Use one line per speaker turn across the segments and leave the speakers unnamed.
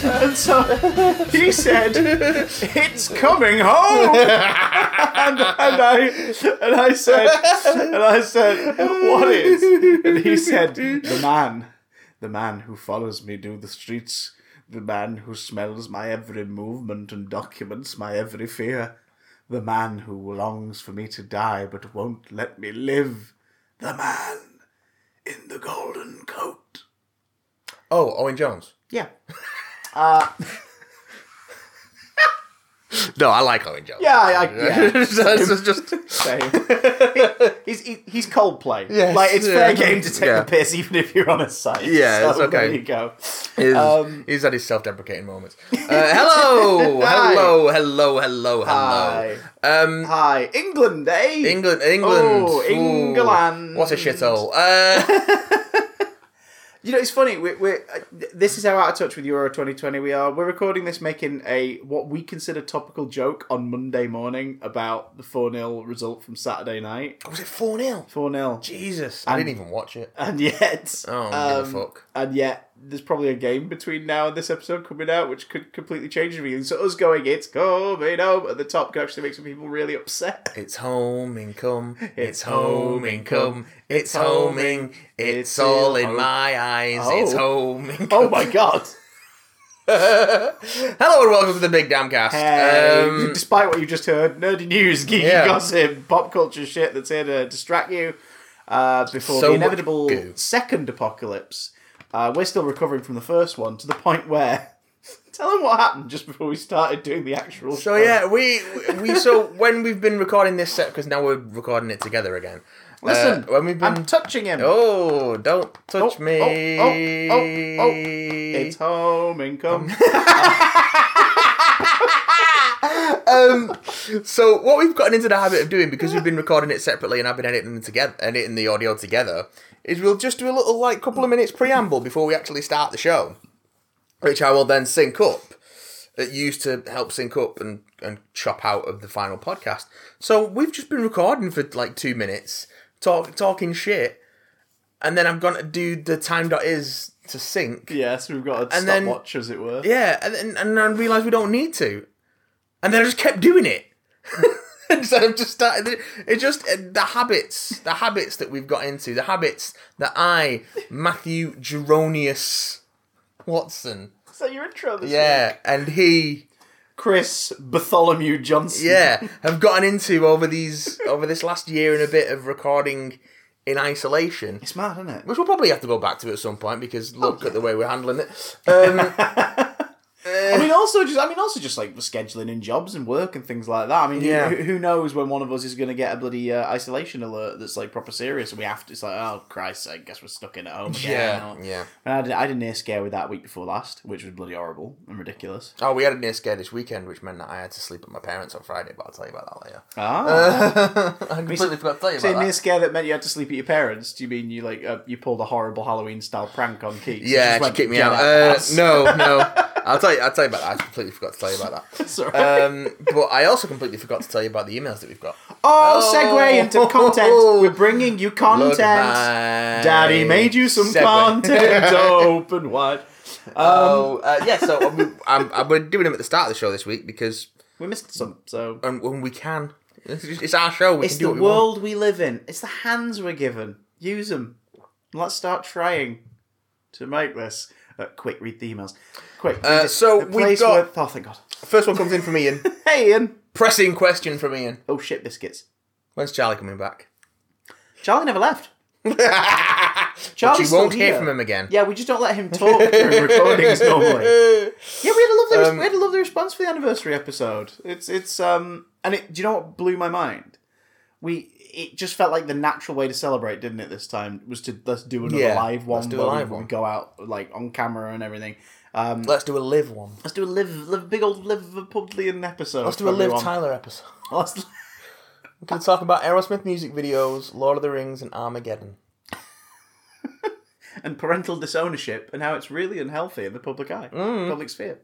And so he said, "It's coming home," and, and I and I said, and I said, "What is?" And he said, "The man, the man who follows me through the streets, the man who smells my every movement and documents my every fear, the man who longs for me to die but won't let me live, the man in the golden coat."
Oh, Owen Jones.
Yeah.
No, I like Owen Jones.
Yeah, I- I- yeah.
This is just
Same. he's he, he's Coldplay.
Yes,
like it's
yeah.
fair game to take
Yeah.
the piss, even if you're on a site.
Yeah,
so
it's okay.
There you go.
He's,
Um,
he's at his self-deprecating moments. Uh, hello,
Hi.
hello, hello, hello, hello.
Hi,
Um,
hi, England, eh?
England, England,
Oh,
Ooh,
England.
What a shithole. Uh,
You know, it's funny. We're, we're uh, this is how out of touch with Euro 2020 we are. We're recording this, making a what we consider topical joke on Monday morning about the four 0 result from Saturday night.
was it four 0
Four 0
Jesus, I didn't even watch it.
and yet, um,
Oh, I don't give a fuck.
and yet there's probably a game between now and this episode coming out which could completely change everything. So us going, it's coming home at the top could actually make some people really upset.
It's homing, come. It's homing, come. It's homing. It's
It's
all in
home-
my eyes. It's homing. come.
Oh my god!
Hello and welcome to the Big Damn Cast.
Hey,
Um,
despite what you just heard, nerdy news, geeky
Yeah.
gossip, pop culture shit that's here to distract you uh, before
So
the
much
inevitable
goo.
second apocalypse. Uh, we're still recovering from the first one to the point where. Tell them what happened just before we started doing the actual
So yeah, we we so when we've been recording this set because now we're recording it together again.
Listen,
uh, when we've been
I'm touching him.
oh, don't touch
Oh,
me.
oh, oh, oh, oh. It's home income.
Um, So what we've gotten into the habit of doing because we've been recording it separately and I've been editing them together, editing the audio together, is we'll just do a little like couple of minutes preamble before we actually start the show, which I will then sync up. It used to help sync up and and chop out of the final podcast. So we've just been recording for like two minutes, talk talking shit, and then I'm gonna do the time dot is to sync.
yeah, so we've got a
And then-
stopwatch, as it were.
Yeah, and then and I realised we don't need to, and then I just kept doing it. Instead of just started, it- it just uh, the habits, the habits that we've got into, the habits that I, Matthew Geronius Watson,
So your intro this week?
yeah, and he,
Chris Bartholomew Johnson.
yeah, have gotten into over these over this last year and a bit of recording in isolation.
It's mad, isn't it?
which we'll probably have to go back to at some point because look at the way we're handling it. Um,
I mean, also just I mean, also just like scheduling in jobs and work and things like that. I mean,
Yeah.
who, who knows when one of us is going to get a bloody uh, isolation alert that's like proper serious and we have to? It's like, oh Christ, I guess we're stuck in at home. Again.
yeah,
Or-
yeah.
And I did, I did a near scare with that week before last, which was bloody horrible and ridiculous.
Oh, we had a near scare this weekend, which meant that I had to sleep at my parents on Friday, but I'll tell you about that later.
Ah,
Uh, I completely forgot to tell you
so
about
near
that.
scare that meant you had to sleep at your parents. Do you mean you like uh, you pulled a horrible Halloween style prank on Keith?
Yeah, she kicked me out. Uh, no, no. I'll tell you. I'll tell you about that. I completely forgot to tell you about that.
Sorry.
Um, but I also completely forgot to tell you about the emails that we've got.
oh, segue into content.
Oh.
We're bringing you content.
Look at my
Daddy made you some
segue.
content. Open wide.
Oh, uh, yeah. So I mean, I'm, I'm, we're doing them at the start of the show this week because
We missed some, so
um, when we can, it's, just- it's our show. We
it's
can do
the
what we want.
world we live in. It's the hands we're given. Use them. Let's start trying to make this. Uh, quick, read the emails. Quick. read
Uh,
the-
so
the
we've
place
got-
where- oh, thank God.
First one comes in from Ian.
Hey, Ian.
Pressing question from Ian.
Oh shit, biscuits.
When's Charlie coming back?
Charlie never left. Charlie's
you
still
won't hear
here.
from him again.
Yeah, we just don't let him talk during recordings normally. Yeah, we had a lovely
Um,
we had a lovely response for the anniversary episode. It's it's um and it do you know what blew my mind? We it just felt like the natural way to celebrate, didn't it? This time was to let's do another
Yeah,
live one.
let's do a
where we-
live
we
one.
Go out like on camera and everything. Um,
Let's do a live one.
let's do a live, live big old Liverpudlian episode.
Let's do a live
live
Tyler episode.
Let's,
We're gonna talk about Aerosmith music videos, Lord of the Rings, and Armageddon.
and parental
Mm.
disownership and how it's really unhealthy in the public eye, public sphere.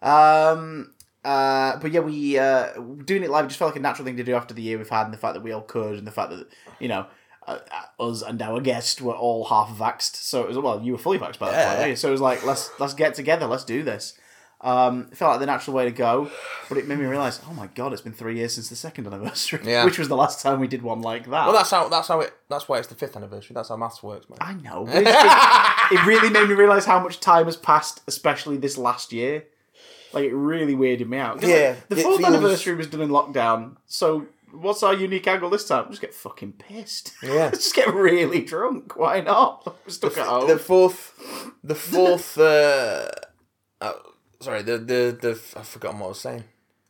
Um, Uh, but yeah, we uh, doing it live just felt like a natural thing to do after the year we've had, and the fact that we all could, and the fact that you know uh, uh, us and our guest were all half vaxxed. So it was well, you were fully vaxxed by that point.
Yeah.
weren't you? So it was like let's let's get together, let's do this. Um, it felt like the natural way to go, but it made me realize, oh my god, it's been three years since the second anniversary,
Yeah.
which was the last time we did one like that.
Well, that's how that's how it that's why it's the fifth anniversary. That's how maths works, man.
I know. But it's just- it really made me realize how much time has passed, especially this last year. Like it really weirded me out. 'Cause, like,
Yeah,
the
it
fourth
feels-
anniversary was done in lockdown, so what's our unique angle this time? Just get fucking pissed.
Yeah.
just get really drunk. Why not? I'm stuck at home.
The fourth, the fourth. uh, oh, sorry, the the the I've forgotten what I was saying.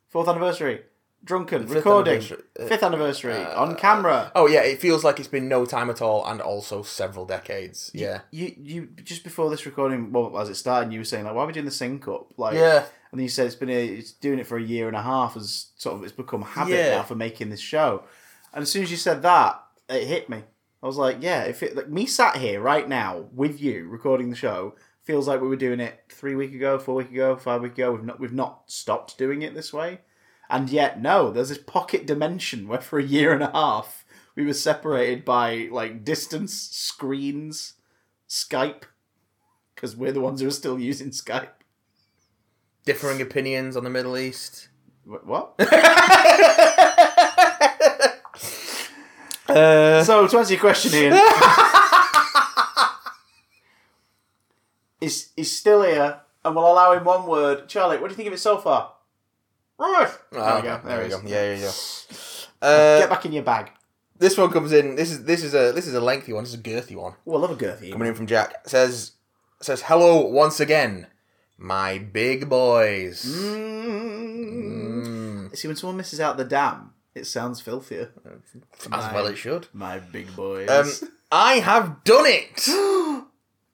fourth anniversary, drunken recording.
anniversary, uh,
fifth anniversary on camera.
Oh yeah, it feels like it's been no time at all, and also several decades. uh, Yeah,
You you just before this recording, well, as it started, you were saying like, why are we doing the sync up? Like,
yeah,
And then you said it's been a, it's doing it for a year and a half has sort of it's become a habit
Yeah.
now for making this show. And as soon as you said that, it hit me. I was like, yeah, if it like me sat here right now with you recording the show feels like we were doing it three week ago, four week ago, five week ago. We've not we've not stopped doing it this way. And yet, no, there's this pocket dimension where for a year and a half we were separated by like distance, screens, Skype, because we're the ones who are still using Skype.
differing opinions on the Middle East.
Wh- What?
Uh,
So to answer your question, Ian, is is still here, and we'll allow him one word. Charlie, what do you think of it so far? Right.
oh,
there we go. There, we go.
Yeah, yeah, yeah. Uh,
Get back in your bag.
This one comes in. This is this is a this is a lengthy one. This is a girthy one.
Well, love a girthy.
Coming in from Jack says says hello once again, my big boys.
Mm.
Mm,
See, when someone misses out the dam, it sounds filthier.
as well it should.
My big boys.
Um, I have done it. Um,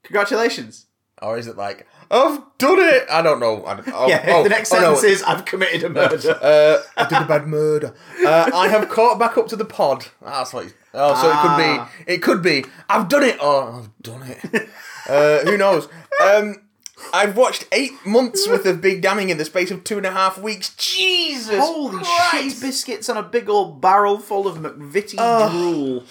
Congratulations.
Or is it like I've done it? I don't know. I don't, oh,
yeah,
oh,
the next
oh, no.
sentence is I've committed a murder.
Uh, I did a bad murder. Uh, I have caught back up to the pod. That's what. He, oh, so
Ah.
it could be. It could be. I've done it. Oh, I've done it. Uh, who knows? Um, I've watched eight months worth of Big Damming in the space of two and a half weeks. Jesus,
Holy
Christ.
shit, biscuits on a big old barrel full of McVitie drool.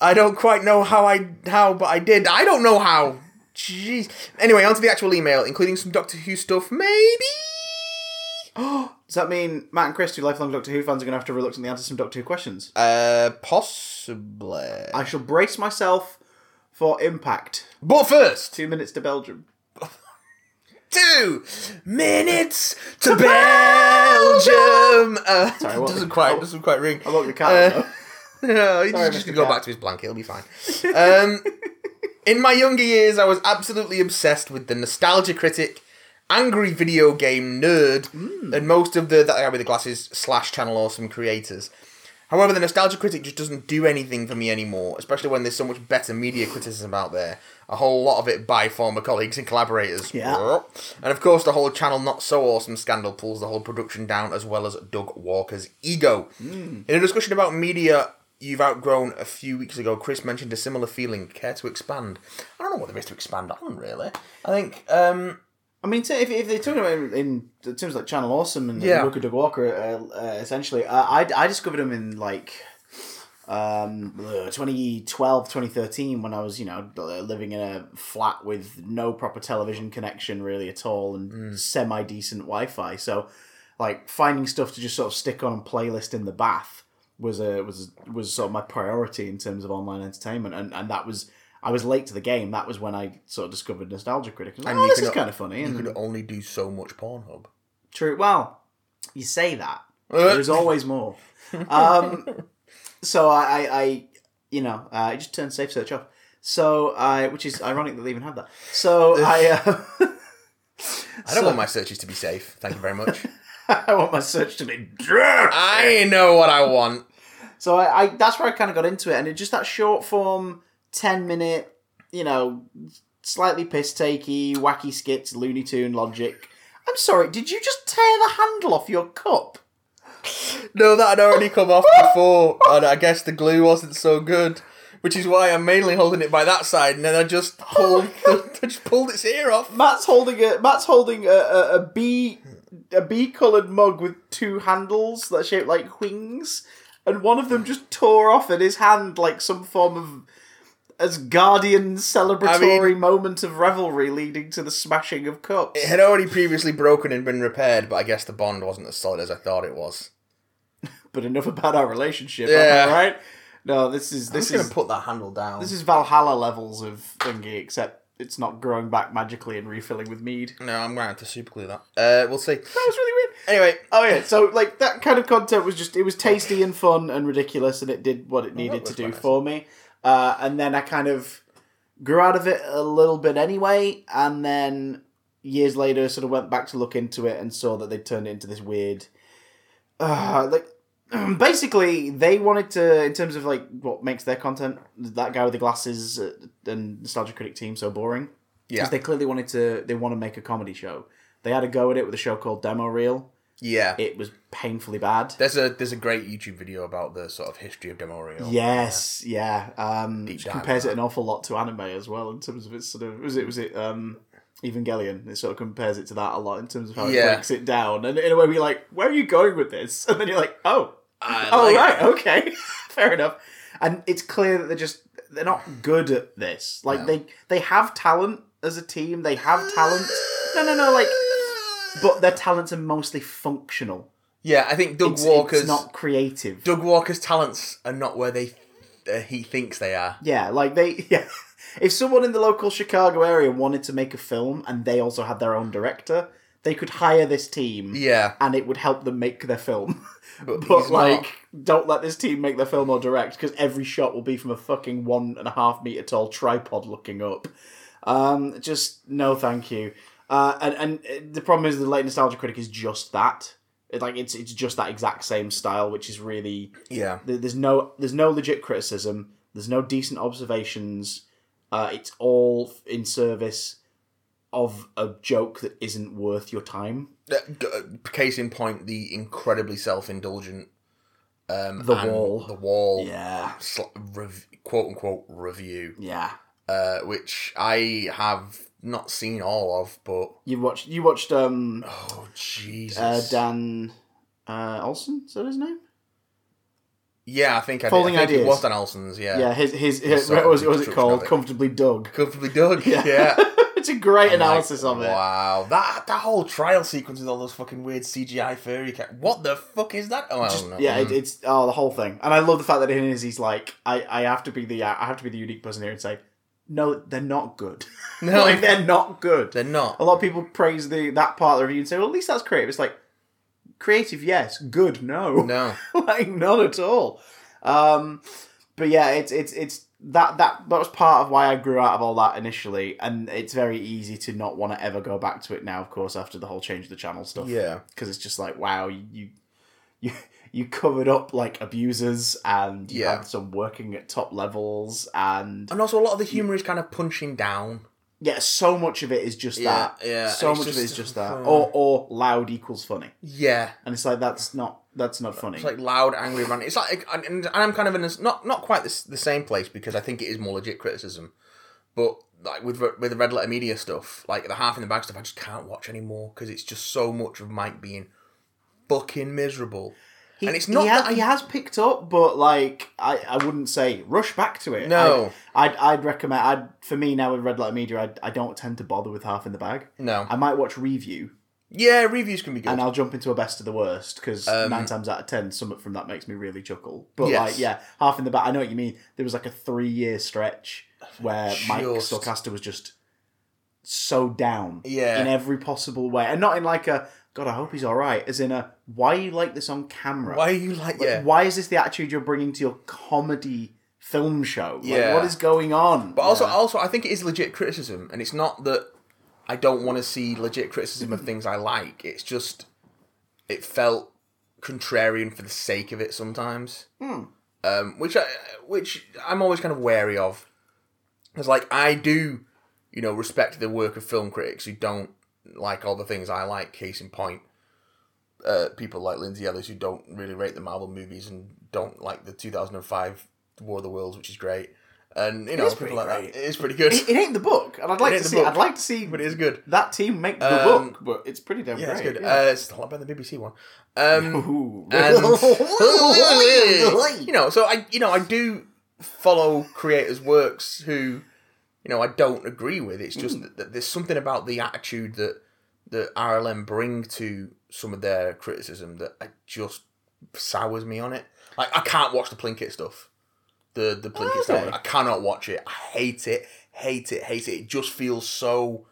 I don't quite know how I how, but I did. I don't know how. Jeez. Anyway, onto the actual email, including some Doctor Who stuff, maybe.
Does that mean Matt and Chris, two lifelong Doctor Who fans, are going to have to reluctantly answer some Doctor Who questions?
Uh, possibly.
I shall brace myself for impact.
But first,
Two minutes to Belgium.
two minutes to Belgium. Uh,
Sorry, what-
doesn't quite doesn't quite ring.
I locked the cat.
Uh,
though.
No, he's just
Mr.
gonna go
Cat.
back to his blanket. He'll be fine. Um, in my younger years, I was absolutely obsessed with the nostalgia critic, angry video game nerd,
Mm.
and most of the that guy with the glasses slash channel awesome creators. However, the nostalgia critic just doesn't do anything for me anymore, especially when there's so much better media criticism out there. A whole lot of it by former colleagues and collaborators.
Yeah.
And of course, the whole channel not so awesome scandal pulls the whole production down, as well as Doug Walker's ego. In a discussion about media you've outgrown a few weeks ago, Chris mentioned a similar feeling. Care to expand? I don't know what there is to expand on, really. I think. um
I mean, t- if, if they're talking about him in, in terms like Channel Awesome and
Yeah.
yeah. Rooker Doug Walker, uh, uh, essentially, uh, I, I discovered him in like um, ugh, 2012, 2013 when I was, you know, uh, living in a flat with no proper television connection really at all and
Mm.
semi decent Wi Fi. So, like, finding stuff to just sort of stick on a playlist in the bath was a was was sort of my priority in terms of online entertainment and, and that was I was late to the game. That was when I sort of discovered Nostalgia Critic. I was like,
And
oh,
you
this
can
is
al-
kind of funny.
You
And
could only do so much Pornhub.
True. Well, you say that.
Uh.
There's always more. Um, so I, I, I you know, uh, I just turned safe search off. So I, which is ironic that they even had that. So I, uh,
I don't want my searches to be safe. Thank you very much.
I want my search to be drunk.
I know what I want.
So I, I, that's where I kind of got into it, and it just that short form, ten minute, you know, slightly piss takey, wacky skits, Looney Tune logic. I'm sorry, did you just tear the handle off your cup?
No, that had already come off before, and I guess the glue wasn't so good, which is why I'm mainly holding it by that side, and then I
Oh
just pulled, the, I just pulled its ear off.
Matt's holding a Matt's holding a, a, a B a bee-coloured mug with two handles that are shaped like wings, and one of them just tore off in his hand like some form of as guardian celebratory moment of revelry leading to the smashing of cups.
It had already previously broken and been repaired, but I guess the bond wasn't as solid as I thought it was.
But enough about our relationship,
Yeah.
am I right? No, this is this is
put that handle down.
this is Valhalla levels of thingy, except it's not growing back magically and refilling with mead. That
no, I'm going to have to super glue that. Uh, we'll see.
was really weird.
Anyway,
Oh yeah, so like that kind of content was just it was tasty and fun and ridiculous, and it did what it needed to
was
do
quite nice.
for me. Uh, and then I kind of grew out of it a little bit anyway, and then years later, sort of went back to look into it and saw that they turned it into this weird, uh, like. Basically, they wanted to, in terms of like what makes their content, that guy with the glasses uh, and Nostalgia Critic team so boring.
Yeah.
'Cause they clearly wanted to, they want to make a comedy show. They had a go at it with a show called Demo Reel,
yeah.
it was painfully bad.
There's a there's a great YouTube video about the sort of history of Demorio.
Yes, yeah. Um, which
dive,
compares it an awful lot to anime as well in terms of its sort of was it was it um, Evangelion. It sort of compares it to that a lot in terms of how it
Yeah.
breaks it down. And in a way, we're like, where are you going with this? And then you're like, oh,
I
oh
like
right,
it.
okay, fair enough. And it's clear that they're just they're not good at this. Like
No.
they they have talent as a team. They have talent. No, no, no. Like, but their talents are mostly functional.
Yeah, I think Doug
It's,
Walker's
it's not creative.
Doug Walker's talents are not where they uh, he thinks they are.
Yeah, like they yeah. If someone in the local Chicago area wanted to make a film and they also had their own director, they could hire this team
Yeah,
and it would help them make their film.
but,
But
he's
like,
not.
don't let this team make their film or direct because every shot will be from a fucking one and a half meter tall tripod looking up. Um, just no, thank you. Uh, and and uh, the problem is the late nostalgia critic is just that. It, like it's it's just that exact same style, which is really
yeah,
there- there's no there's no legit criticism. There's no decent observations. Uh, it's all in service of a joke that isn't worth your time.
Uh, g- uh, case in point, the incredibly self-indulgent. Um,
The
and
Wall.
the wall,
Yeah,
sl- rev- quote unquote review,
yeah.
uh, which I have not seen all of, but
You watched you watched um
oh
uh,
Jesus,
Dan uh, Olson. Is that his name?
yeah, I think I, did. I
Folding
think
Ideas.
it was Dan Olsen's, yeah,
Yeah, his his, his
sort
what
of
was, what was it
deconstruction
called?
of it.
Comfortably Doug.
comfortably dug, yeah.
it's a great
I'm like,
analysis of it.
Wow, that that whole trial sequence with all those fucking weird CGI furry cat. What the fuck is that? Oh, I don't know.
Yeah, it, it's oh the whole thing, and I love the fact that in his he's like, I, I have to be the I have to be the unique person here and say, no, they're not good.
No.
like they're not good.
they're not.
A lot of people praise the that part of the review and say, well, at least that's creative. It's like creative, yes, good, no,
No,
like not at all. Um, but yeah, it's it's it's that that that was part of why I grew out of all that initially, and it's very easy to not want to ever go back to it now. Of course, after the whole change the channel stuff,
yeah,
because it's just like wow you you you covered up like abusers and you
Yeah.
had some working at top levels and
and also a lot of the humor is kind of punching down.
yeah so much of it is just
Yeah,
that
yeah,
so
and
much
it's
of it is
just-
just that
uh,
or or loud equals funny
Yeah,
and it's like that's not that's not funny
it's like loud, angry rant. It's like, and, and I'm kind of in this, not not quite this, the same place because I think it is more legit criticism, but. Like with re- with the red letter media stuff, like the half in the bag stuff, I just can't watch anymore because it's just so much of Mike being fucking miserable.
he,
and it's not
he, has,
that I-
he has picked up but like I, I wouldn't say rush back to it
No.
I'd, I'd, I'd recommend I'd for me now with red light media I, I don't tend to bother with half in the bag
No,
I might watch review
yeah, reviews can be good. Um,
and I'll jump into a best of the worst because nine times out of ten, something from that makes me really chuckle. But
Yes.
like, yeah, half in the back. I know what you mean. There was like a three-year stretch where Mike
Just-
Stocaster was just so down,
Yeah.
in every possible way, and not in like a God, I hope he's all right. As in a why are you like this on camera?
Why are you like, yeah?
Why is this the attitude you're bringing to your comedy film show? Like,
Yeah.
what is going on?
But also, also, I think it is legit criticism, and it's not that I don't want to see legit criticism of things I like. It's just it felt contrarian for the sake of it sometimes, um, which I, which I'm always kind of wary of. It's like I do, you know, respect the work of film critics who don't like all the things I like. Case in point, uh, people like Lindsay Ellis who don't really rate the Marvel movies and don't like the 2005 War of the Worlds, which is great and you know
is
people
pretty
like
great.
that. It is pretty good.
It, it ain't the book, and I'd like
ain't
to
the
see.
book.
I'd like to see
but it is good.
that team make the
Um,
book, but it's pretty damn
Yeah, it's
great.
good.
yeah.
Uh, it's not better than the BBC one. Um,
Ooh.
and you know, so I you know I do follow creators' works who you know I don't agree with. It's
Hmm.
just that, that there's something about the attitude that that RLM bring to some of their criticism that I just sours me on it. Like I can't watch the Plinkett stuff. The the Plinkett stuff.
Oh, Okay.
I cannot watch it. I hate it. Hate it. Hate it. It just feels so.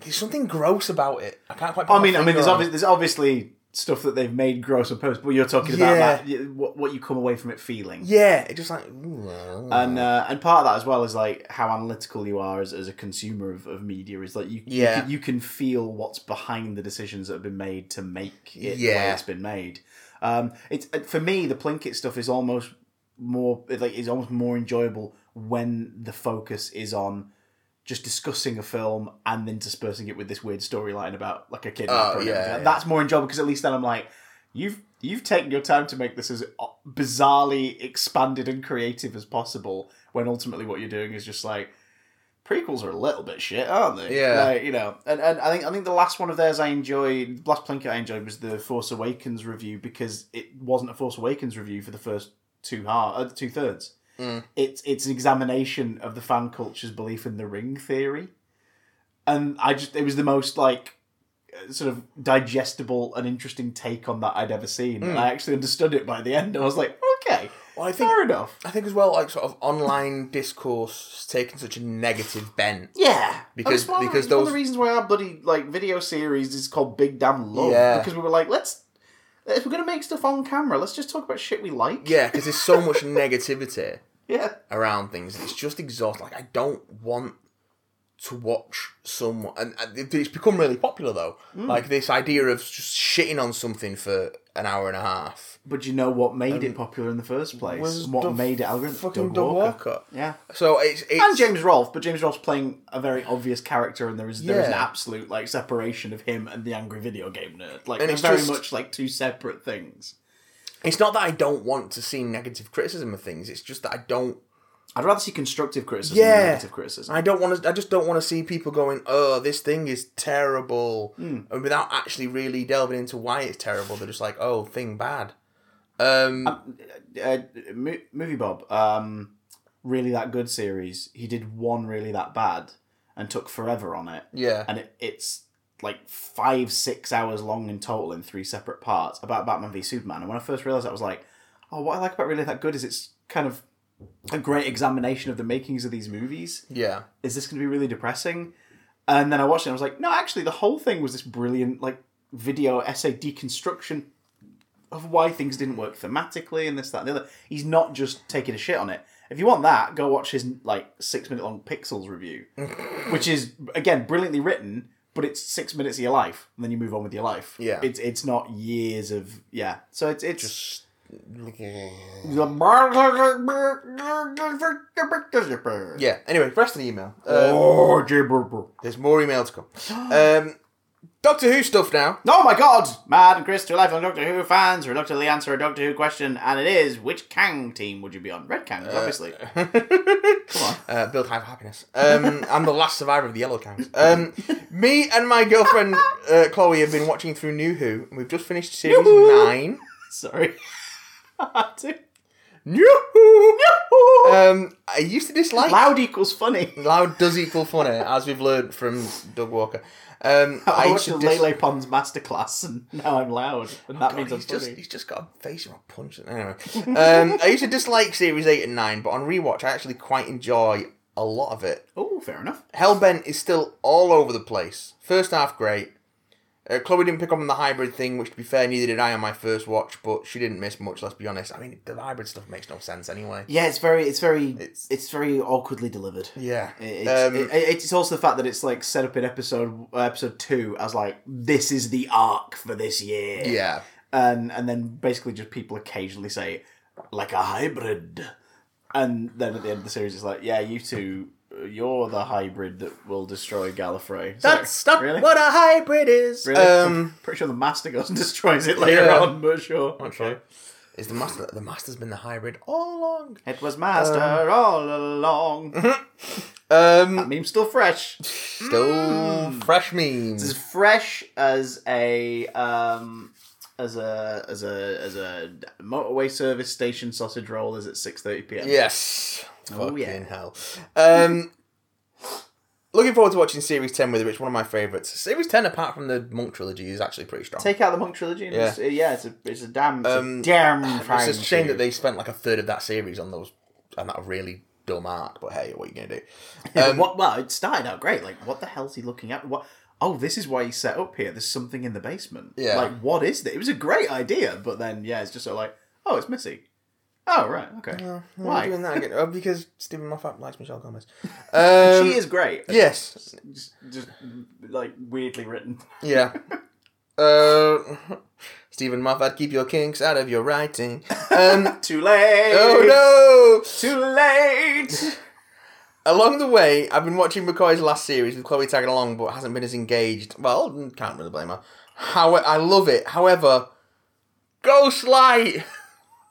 There's something gross about it. I can't quite. put
I
my
mean, I mean,
finger
there's
on it.
obviously there's obviously stuff that they've made gross and post, but you're talking
Yeah.
about that what, what you come away from it feeling,
Yeah, it just like. ooh,
and uh, and part of that as well is like how analytical you are as, as a consumer of, of media is like you
Yeah.
you, can, you can feel what's behind the decisions that have been made to make it the way
Yeah.
it's been made. Um, it's for me the Plinkett stuff is almost more it, like is almost more enjoyable when the focus is on just discussing a film and interspersing it with this weird storyline about like a kidnapper.
Oh,
and
yeah,
everything.
yeah.
That's more enjoyable because at least then I'm like, you've you've taken your time to make this as uh, bizarrely expanded and creative as possible. When ultimately what you're doing is just like prequels are a little bit shit, aren't they?
Yeah.
Like, you know. And, and I think I think the last one of theirs I enjoyed, the last Plinkett I enjoyed was the Force Awakens review because it wasn't a Force Awakens review for the first two half, uh, two thirds.
Mm.
It's it's an examination of the fan culture's belief in the ring theory, and I just it was the most like uh, sort of digestible and interesting take on that I'd ever seen. And I actually understood it by the end. I was like, okay,
Well, Mm. I think
fair enough.
I think as well, like sort of online discourse has taken such a negative bent.
Yeah,
Because-
And it's one of the-
because
it's one of
those-
the reasons why our bloody like video series is called Big Damn Love
Yeah.
because we were like, let's if we're gonna make stuff on camera, let's just talk about shit we like.
Yeah, because there's so much negativity
yeah,
around things. It's just exhausting. Like I don't want to watch someone, and and it- it's become really popular though. Like this idea of just shitting on something for an hour and a half.
But you know what made it popular in the first place?
was
what
Doug-
made it algorithm?
Fucking
Doug
Doug
Walker.
Walker.
Yeah.
So it's it's
And James Rolfe, but James Rolfe's playing a very obvious character, and there is there is an
Yeah.
absolute like separation of him and the angry video game nerd. Like
And
they're
it's
very
just-
much like two separate things.
it's not that I don't want to see negative criticism of things. It's just that I don't
I'd rather see constructive criticism
Yeah.
than negative criticism.
I don't want to. I just don't want to see people going, "Oh, this thing is terrible," and without actually really delving into why it's terrible. They're just like, "Oh, thing bad." Um,
uh, Mo- movie Bob, um, really that good series. He did one really that bad, and took forever on it.
yeah,
and it, it's like five six hours long in total in three separate parts about batman v superman and when i first realized that, i was like oh what i like about really that good is it's kind of a great examination of the makings of these movies
yeah,
is this going to be really depressing and then i watched it and i was like no actually the whole thing was this brilliant like video essay deconstruction of why things didn't work thematically and this that and the other he's not just taking a shit on it if you want that go watch his like six minute long pixels review which is again brilliantly written, but it's six minutes of your life, and then you move on with your life.
Yeah.
it's it's not years of yeah. So it's it's
Just-
yeah.
yeah. Anyway, rest of the email. Um,
Oh, Jay Burber.
There's more email to come. Um, Doctor Who stuff now.
Oh my God! Mad and Chris, two lifelong Doctor Who fans, reluctantly answer a Doctor Who question, and it is: which Kang team would you be on? Red Kang, obviously. Come on.
Uh, build hive happiness. Um, I'm the last survivor of the Yellow Kangs. Um, me and my girlfriend uh, Chloe have been watching through New Who, and we've just finished series
Yoo-hoo.
nine.
Sorry. I do.
New Who. Um, I used to dislike
Loud equals funny.
Loud does equal funny, as we've learned from Doug Walker. Um,
I, watched
used to
the
dis-
Lele Pond's masterclass, and now I'm loud, and that
God,
means I'm
he's just,
funny.
he's just got a face of a punch. Anyway, um, I used to dislike series eight and nine, but on rewatch, I actually quite enjoy a lot of it.
Oh, fair enough.
Hellbent is still all over the place. First half, great. Uh, Chloe didn't pick up on the hybrid thing, which, to be fair, neither did I on my first watch, but she didn't miss much, let's be honest. I mean, the hybrid stuff makes no sense anyway.
Yeah, it's very, it's very, it's,
It's-
very awkwardly delivered.
Yeah.
It's,
Um,
it- it's also the fact that it's like set up in episode uh, episode two as like this is the arc for this year.
yeah.
and and then basically just people occasionally say like a hybrid, and then at the end of the series it's like yeah, you two, uh, you're the hybrid that will destroy Gallifrey. It's
That's
like,
not what a hybrid is.
Really?
Um,
I'm pretty sure the Master goes and destroys it later
Yeah.
on, but sure.
Actually. Is the master the master's been the hybrid all along?
It was Master all along.
Um,
that meme's still fresh.
still fresh memes.
It's as fresh as a um, as a as a as a motorway service station sausage roll is at six thirty p.m.
Yes.
Oh,
Fucking
yeah.
hell. Um, looking forward to watching Series 10 with her. It's one of my favourites. Series 10, apart from the Monk trilogy, is actually pretty strong.
Take out the monk trilogy. And
Yeah.
it's, yeah, it's a it's a damn it's
Um,
a damn.
it's
fine
just a shame
tune.
that they spent like a third of that series on those, and that really dumb arc, but hey, what are you going to do? Um,
what? Well, it started out great. Like, what the hell's he looking at? What? Oh, this is why he's set up here. There's something in the basement.
Yeah.
Like, what is that? It was a great idea, but then yeah, it's just sort of like, oh, it's Missy. Oh right, okay.
why are
why?
we doing that again? Oh, because Stephen Moffat likes Michelle Gomez. Um,
she is great.
Yes.
Just, just like weirdly written.
Yeah. Uh, Stephen Moffat, keep your kinks out of your writing. Um,
Too late.
oh no!
Too late.
Along the way, I've been watching McCoy's last series with Chloe tagging along, but hasn't been as engaged. Well, can't really blame her. How I love it. However, Ghostlight.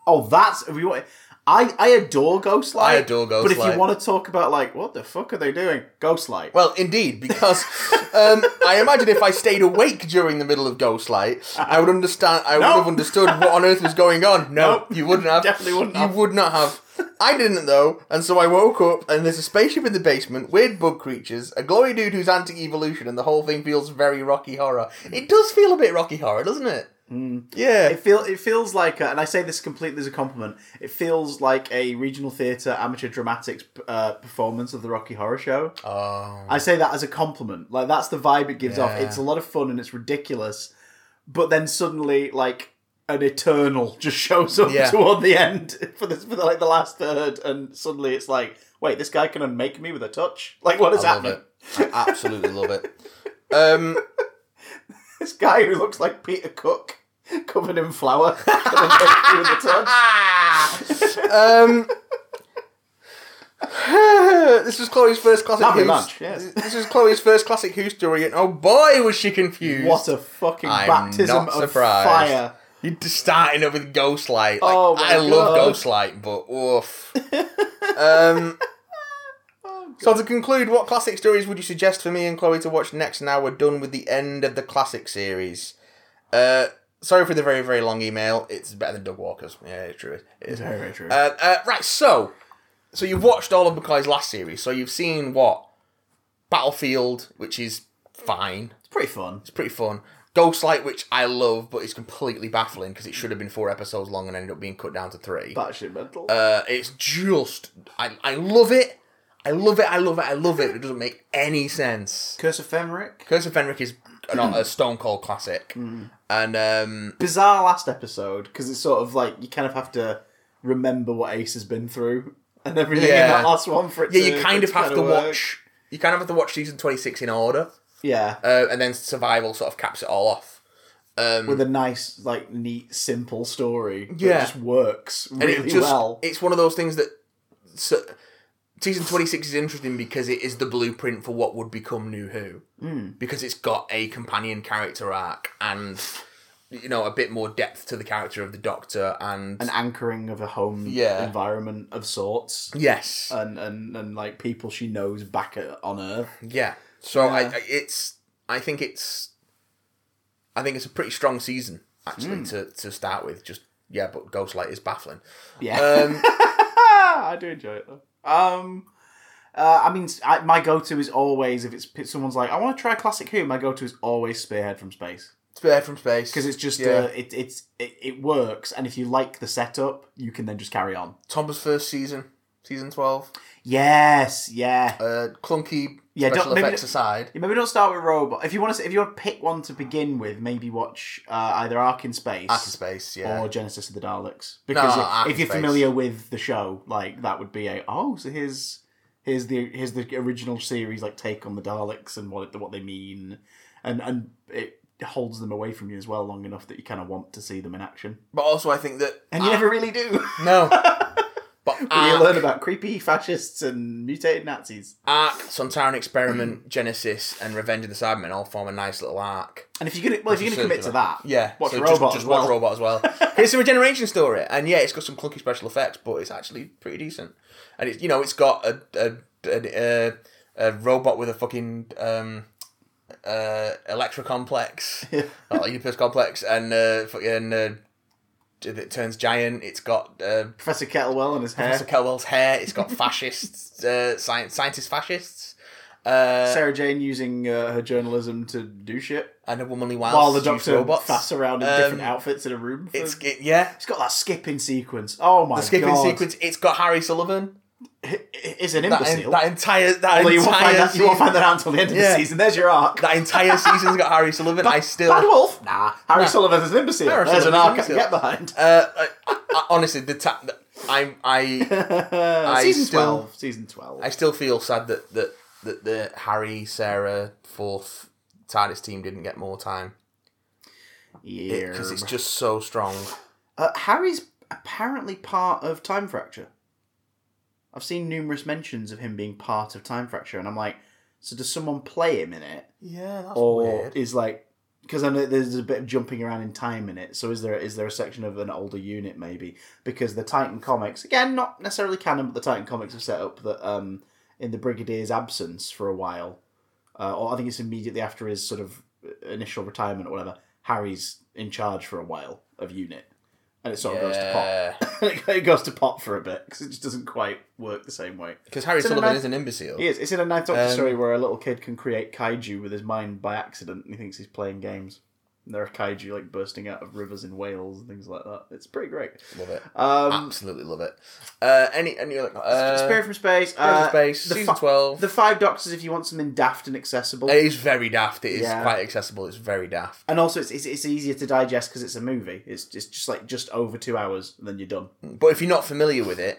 oh, that's if you want. I, I adore Ghostlight.
I adore
But if
Ghostlight.
you want to talk about like what the fuck are they doing, Ghostlight?
Well, indeed, because um, I imagine if I stayed awake during the middle of Ghostlight, I would understand. I would
No.
have understood what on earth was going on. No,
Nope.
you wouldn't have.
Definitely wouldn't
You
have.
would not have. I didn't though, and so I woke up, and there's a spaceship in the basement, weird bug creatures, a glowy dude who's anti-evolution, and the whole thing feels very Rocky Horror. It does feel a bit Rocky Horror, doesn't it?
Hmm.
Yeah.
It feel it feels like, a, and I say this completely as a compliment. It feels like a regional theatre amateur dramatics uh, performance of the Rocky Horror Show.
oh.
I say that as a compliment. Like that's the vibe it gives off.
Yeah.
It's a lot of fun and it's ridiculous, but then suddenly like an eternal just shows up
Yeah.
toward the end for this for like the last third, and suddenly it's like, wait, this guy can unmake me with a touch. Like what is
I love
happening?
it. I absolutely love it. Um,
This guy who looks like Peter Cook, covered in flour, can unmake me with a touch.
Um, this was Chloe's first classic
Lovely
Who's-
lunch, yes.
This was Chloe's first classic Who story, and oh boy, was she confused.
What a fucking
I'm
baptism
not
of
surprised.
fire.
You're just starting up with Ghostlight. Like,
Oh my
I love
God.
Ghostlight, but oof. um, so to conclude, what classic stories would you suggest for me and Chloe to watch next? Now we're done with the end of the classic series. Uh, sorry for the very very long email. It's better than Doug Walker's. Yeah, it's true. It is.
Very, very true.
Uh, uh, right, so so you've watched all of Mackay's last series, so you've seen what Battlefield, which is fine,
it's pretty fun.
it's pretty fun. Ghostlight, which I love, but is completely baffling because it should have been four episodes long and ended up being cut down to three.
Batshit mental.
Uh, it's just I I love it, I love it, I love it, I love it. It doesn't make any sense.
Curse of Fenric.
Curse of Fenric is an, a stone cold classic,
Mm.
and um,
Bizarre last episode because it's sort of like you kind of have to remember what Ace has been through and everything in
Yeah.
that last one for it.
yeah,
to-
you kind
for it
of have
kinda
to
work.
watch. You kind of have to watch season twenty six in order.
Yeah,
uh, and then survival sort of caps it all off. Um,
with a nice, like, neat, simple story. that
Yeah.
just works
and
really
it just
well.
it's one of those things that so, season twenty six is interesting because it is the blueprint for what would become New Who
Hmm.
mm. because it's got a companion character arc and you know a bit more depth to the character of the Doctor and,
An anchoring of a home
Yeah.
environment of sorts.
yes
And, and, and like people she knows back at, on Earth.
yeah so I,
Yeah.
I it's I think it's I think it's a pretty strong season actually
Hmm.
to to start with just yeah but Ghostlight is baffling
Yeah.
um,
I do enjoy it though. Um, uh, I mean, I, my go-to is always if it's if someone's like, I want to try classic Who. My go-to is always Spearhead from Space
Spare from space
because it's just
Yeah.
uh, it it's it, it works, and if you like the setup, you can then just carry on.
Tomba's first season, season 12.
Yes, yeah.
Uh, clunky
Yeah, don't-
special
maybe
effects
don't-
aside.
Yeah, Maybe don't start with robot. If you want to, if you want to pick one to begin with, maybe watch uh, either Ark in Space,
Outer space, yeah.
or Genesis of the Daleks. Because
no,
if-
Ark
if,
in
you're
Space.
familiar with the show, like that would be a oh, so here's here's the here's the original series like take on the Daleks and what it- what they mean, and and it holds them away from you as well long enough that you kind of want to see them in action,
But also, I think that.
and you
Ah,
never really do.
No. But
Where you
Ark,
learn about creepy fascists and mutated Nazis.
Ark, Suntaran Experiment, Genesis, and Revenge of the Cybermen all form a nice little arc.
And if you're gonna, well, if you're gonna commit to that,
yeah,
watch
so
Robot.
Just, just
as
watch
well.
Robot as well. it's a regeneration story, and yeah, it's got some clunky special effects, but it's actually pretty decent. And it's you know it's got a a a, a, a robot with a fucking um, uh, electro complex, or universe complex, and uh, fucking uh, it turns giant. It's got uh,
Professor Kettlewell and his hair.
Professor Kelwell's hair. It's got fascists, uh, sci- scientist fascists. Uh,
Sarah Jane using uh, her journalism to do shit
and a womanly wild
while the
use
doctor
robots.
faffs around in
Um,
different outfits in a room. for-
It's it, yeah.
it's got that skipping sequence. Oh my
Skipping
god!
sequence. It's got Harry Sullivan.
is an
That,
imbecile.
that entire that
Although you won't,
entire
find that, you won't
season,
find that out until the end of
Yeah.
the season. There's your arc.
that entire season's got Harry Sullivan. I still
Bad Wolf? Nah. Harry Sullivan is an imbecile.
Harry
There's an
Sullivan's an
arc I can get behind.
imbecile. uh, I, I- honestly the ta- the- I I I
Uh, season
still-
12. Season 12.
I still feel sad that that that the Harry Sarah fourth TARDIS team didn't get more time
yeah.
because it's just so strong.
Uh, Harry's apparently part of Time Fracture. I've seen numerous mentions of him being part of Time Fracture, and I'm like, so does someone play him in it?
Yeah, that's
or is like because I know there's a bit of jumping around in time in it. So is there is there a section of an older unit maybe? Because the Titan comics again, not necessarily canon, but the Titan comics have set up that um, in the Brigadier's absence for a while, uh, or I think it's immediately after his sort of uh, initial retirement or whatever. Harry's in charge for a while of unit, and it sort of goes to
Yeah,
pot. it goes to pot for a bit because it just doesn't quite work the same way.
because Harry
It's in a
Sullivan
nice-
is an imbecile.
He is. It's in a Ninth Doctor
Um,
story where a little kid can create kaiju with his mind by accident, and he thinks he's playing games. And there are kaiju like bursting out of rivers in Wales and things like that. It's pretty great.
Love it,
Um,
absolutely love it. Uh, any any other Ah, uh,
Spirit from Space.
Spirit
uh,
of Space
the
season
fi-
twelve.
The Five Doctors, if you want something daft and accessible,
It is very daft. It is
Yeah.
quite accessible. It's very daft.
and also it's, it's it's easier to digest because it's a movie. It's it's just like just over two hours, and then you're done.
But if you're not familiar with it,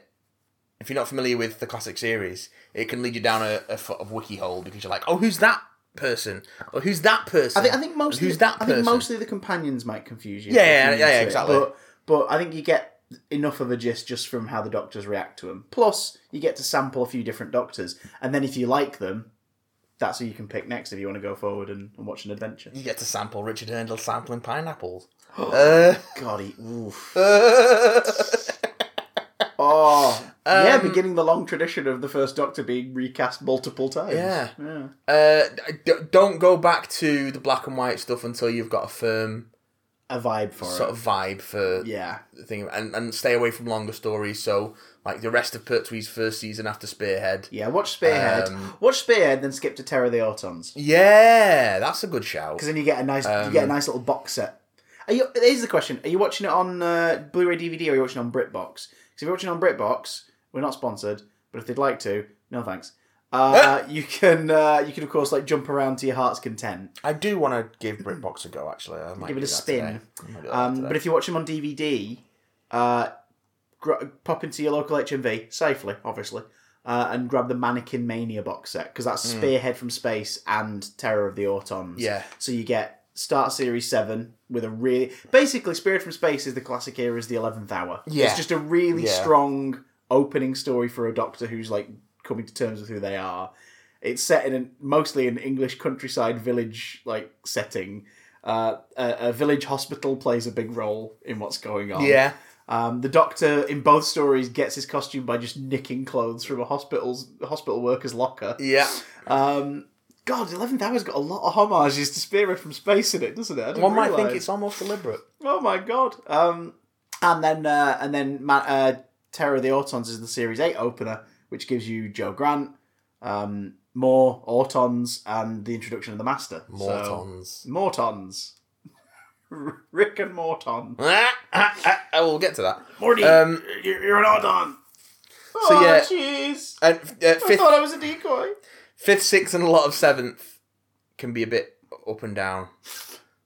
if you're not familiar with the classic series, it can lead you down a, a sort of wiki hole because you're like, oh, who's that person? Or who's that person?
I think I think mostly
Who's that
I think
person?
mostly the companions might confuse you.
Yeah,
if
yeah,
you
yeah, yeah,
need to.
exactly.
But, but I think you get enough of a gist just from how the doctors react to them. Plus, you get to sample a few different doctors, and then if you like them, that's who you can pick next if you want to go forward and, and watch an adventure.
you get to sample Richard Herndl sampling pineapples. uh,
God, he, oof.
uh,
oh, yeah,
Um,
beginning the long tradition of the first Doctor being recast multiple times.
Yeah. Uh,
yeah.
d- don't go back to the black and white stuff until you've got a firm
a vibe for
sort
it.
of vibe for
Yeah,
the thing, and, and stay away from longer stories. So, like the rest of Pertwee's first season after Spearhead.
yeah. Watch Spearhead.
Um,
watch Spearhead, then skip to Terror of the Autons.
Yeah, that's a good shout.
because then you get a nice you get a nice little box set. Are you? Here's the question: Are you watching it on uh, Blu-ray DVD or are you watching it on BritBox? Because if you're watching it on BritBox, we're not sponsored, but if they'd like to, no thanks. Uh, you can uh, you can of course like jump around to your heart's content,
I do want to give BritBox a go. Actually, I might
give it
do
a
that
spin.
today. I might do that
Um,
today.
but if you watch them on DVD, uh, gr- pop into your local HMV safely, obviously, uh, and grab the Mannequin Mania box set because that's Spearhead from Space and Terror of the Autons.
Hmm. Yeah.
So you get Start Series Seven with a really basically Spirit from Space is the classic era is the eleventh hour.
Yeah.
It's just a really
Yeah.
strong opening story for a Doctor who's like coming to terms with who they are. It's set in an, mostly an English countryside village like setting. Uh, a, a village hospital plays a big role in what's going on.
yeah,
Um, the Doctor in both stories gets his costume by just nicking clothes from a hospital's hospital worker's locker.
yeah.
Um, God, Eleventh Hour's got a lot of homages to Spirit from Space in it, doesn't it? I didn't
One might think
realise.
it's almost deliberate.
Oh my God. Um, and then uh, and then Ma- uh, Terror of the Autons is the Series Eight opener, which gives you Joe Grant, um, more Autons, and the introduction of the Master. So-
Mortons.
Mortons. R- Rick and Morton.
I will get to that.
Morty,
Um,
you're, you're an Auton. Oh,
So, yeah.
jeez.
And uh, fifth,
thought I was a decoy.
fifth, sixth, and a lot of seventh can be a bit up and down.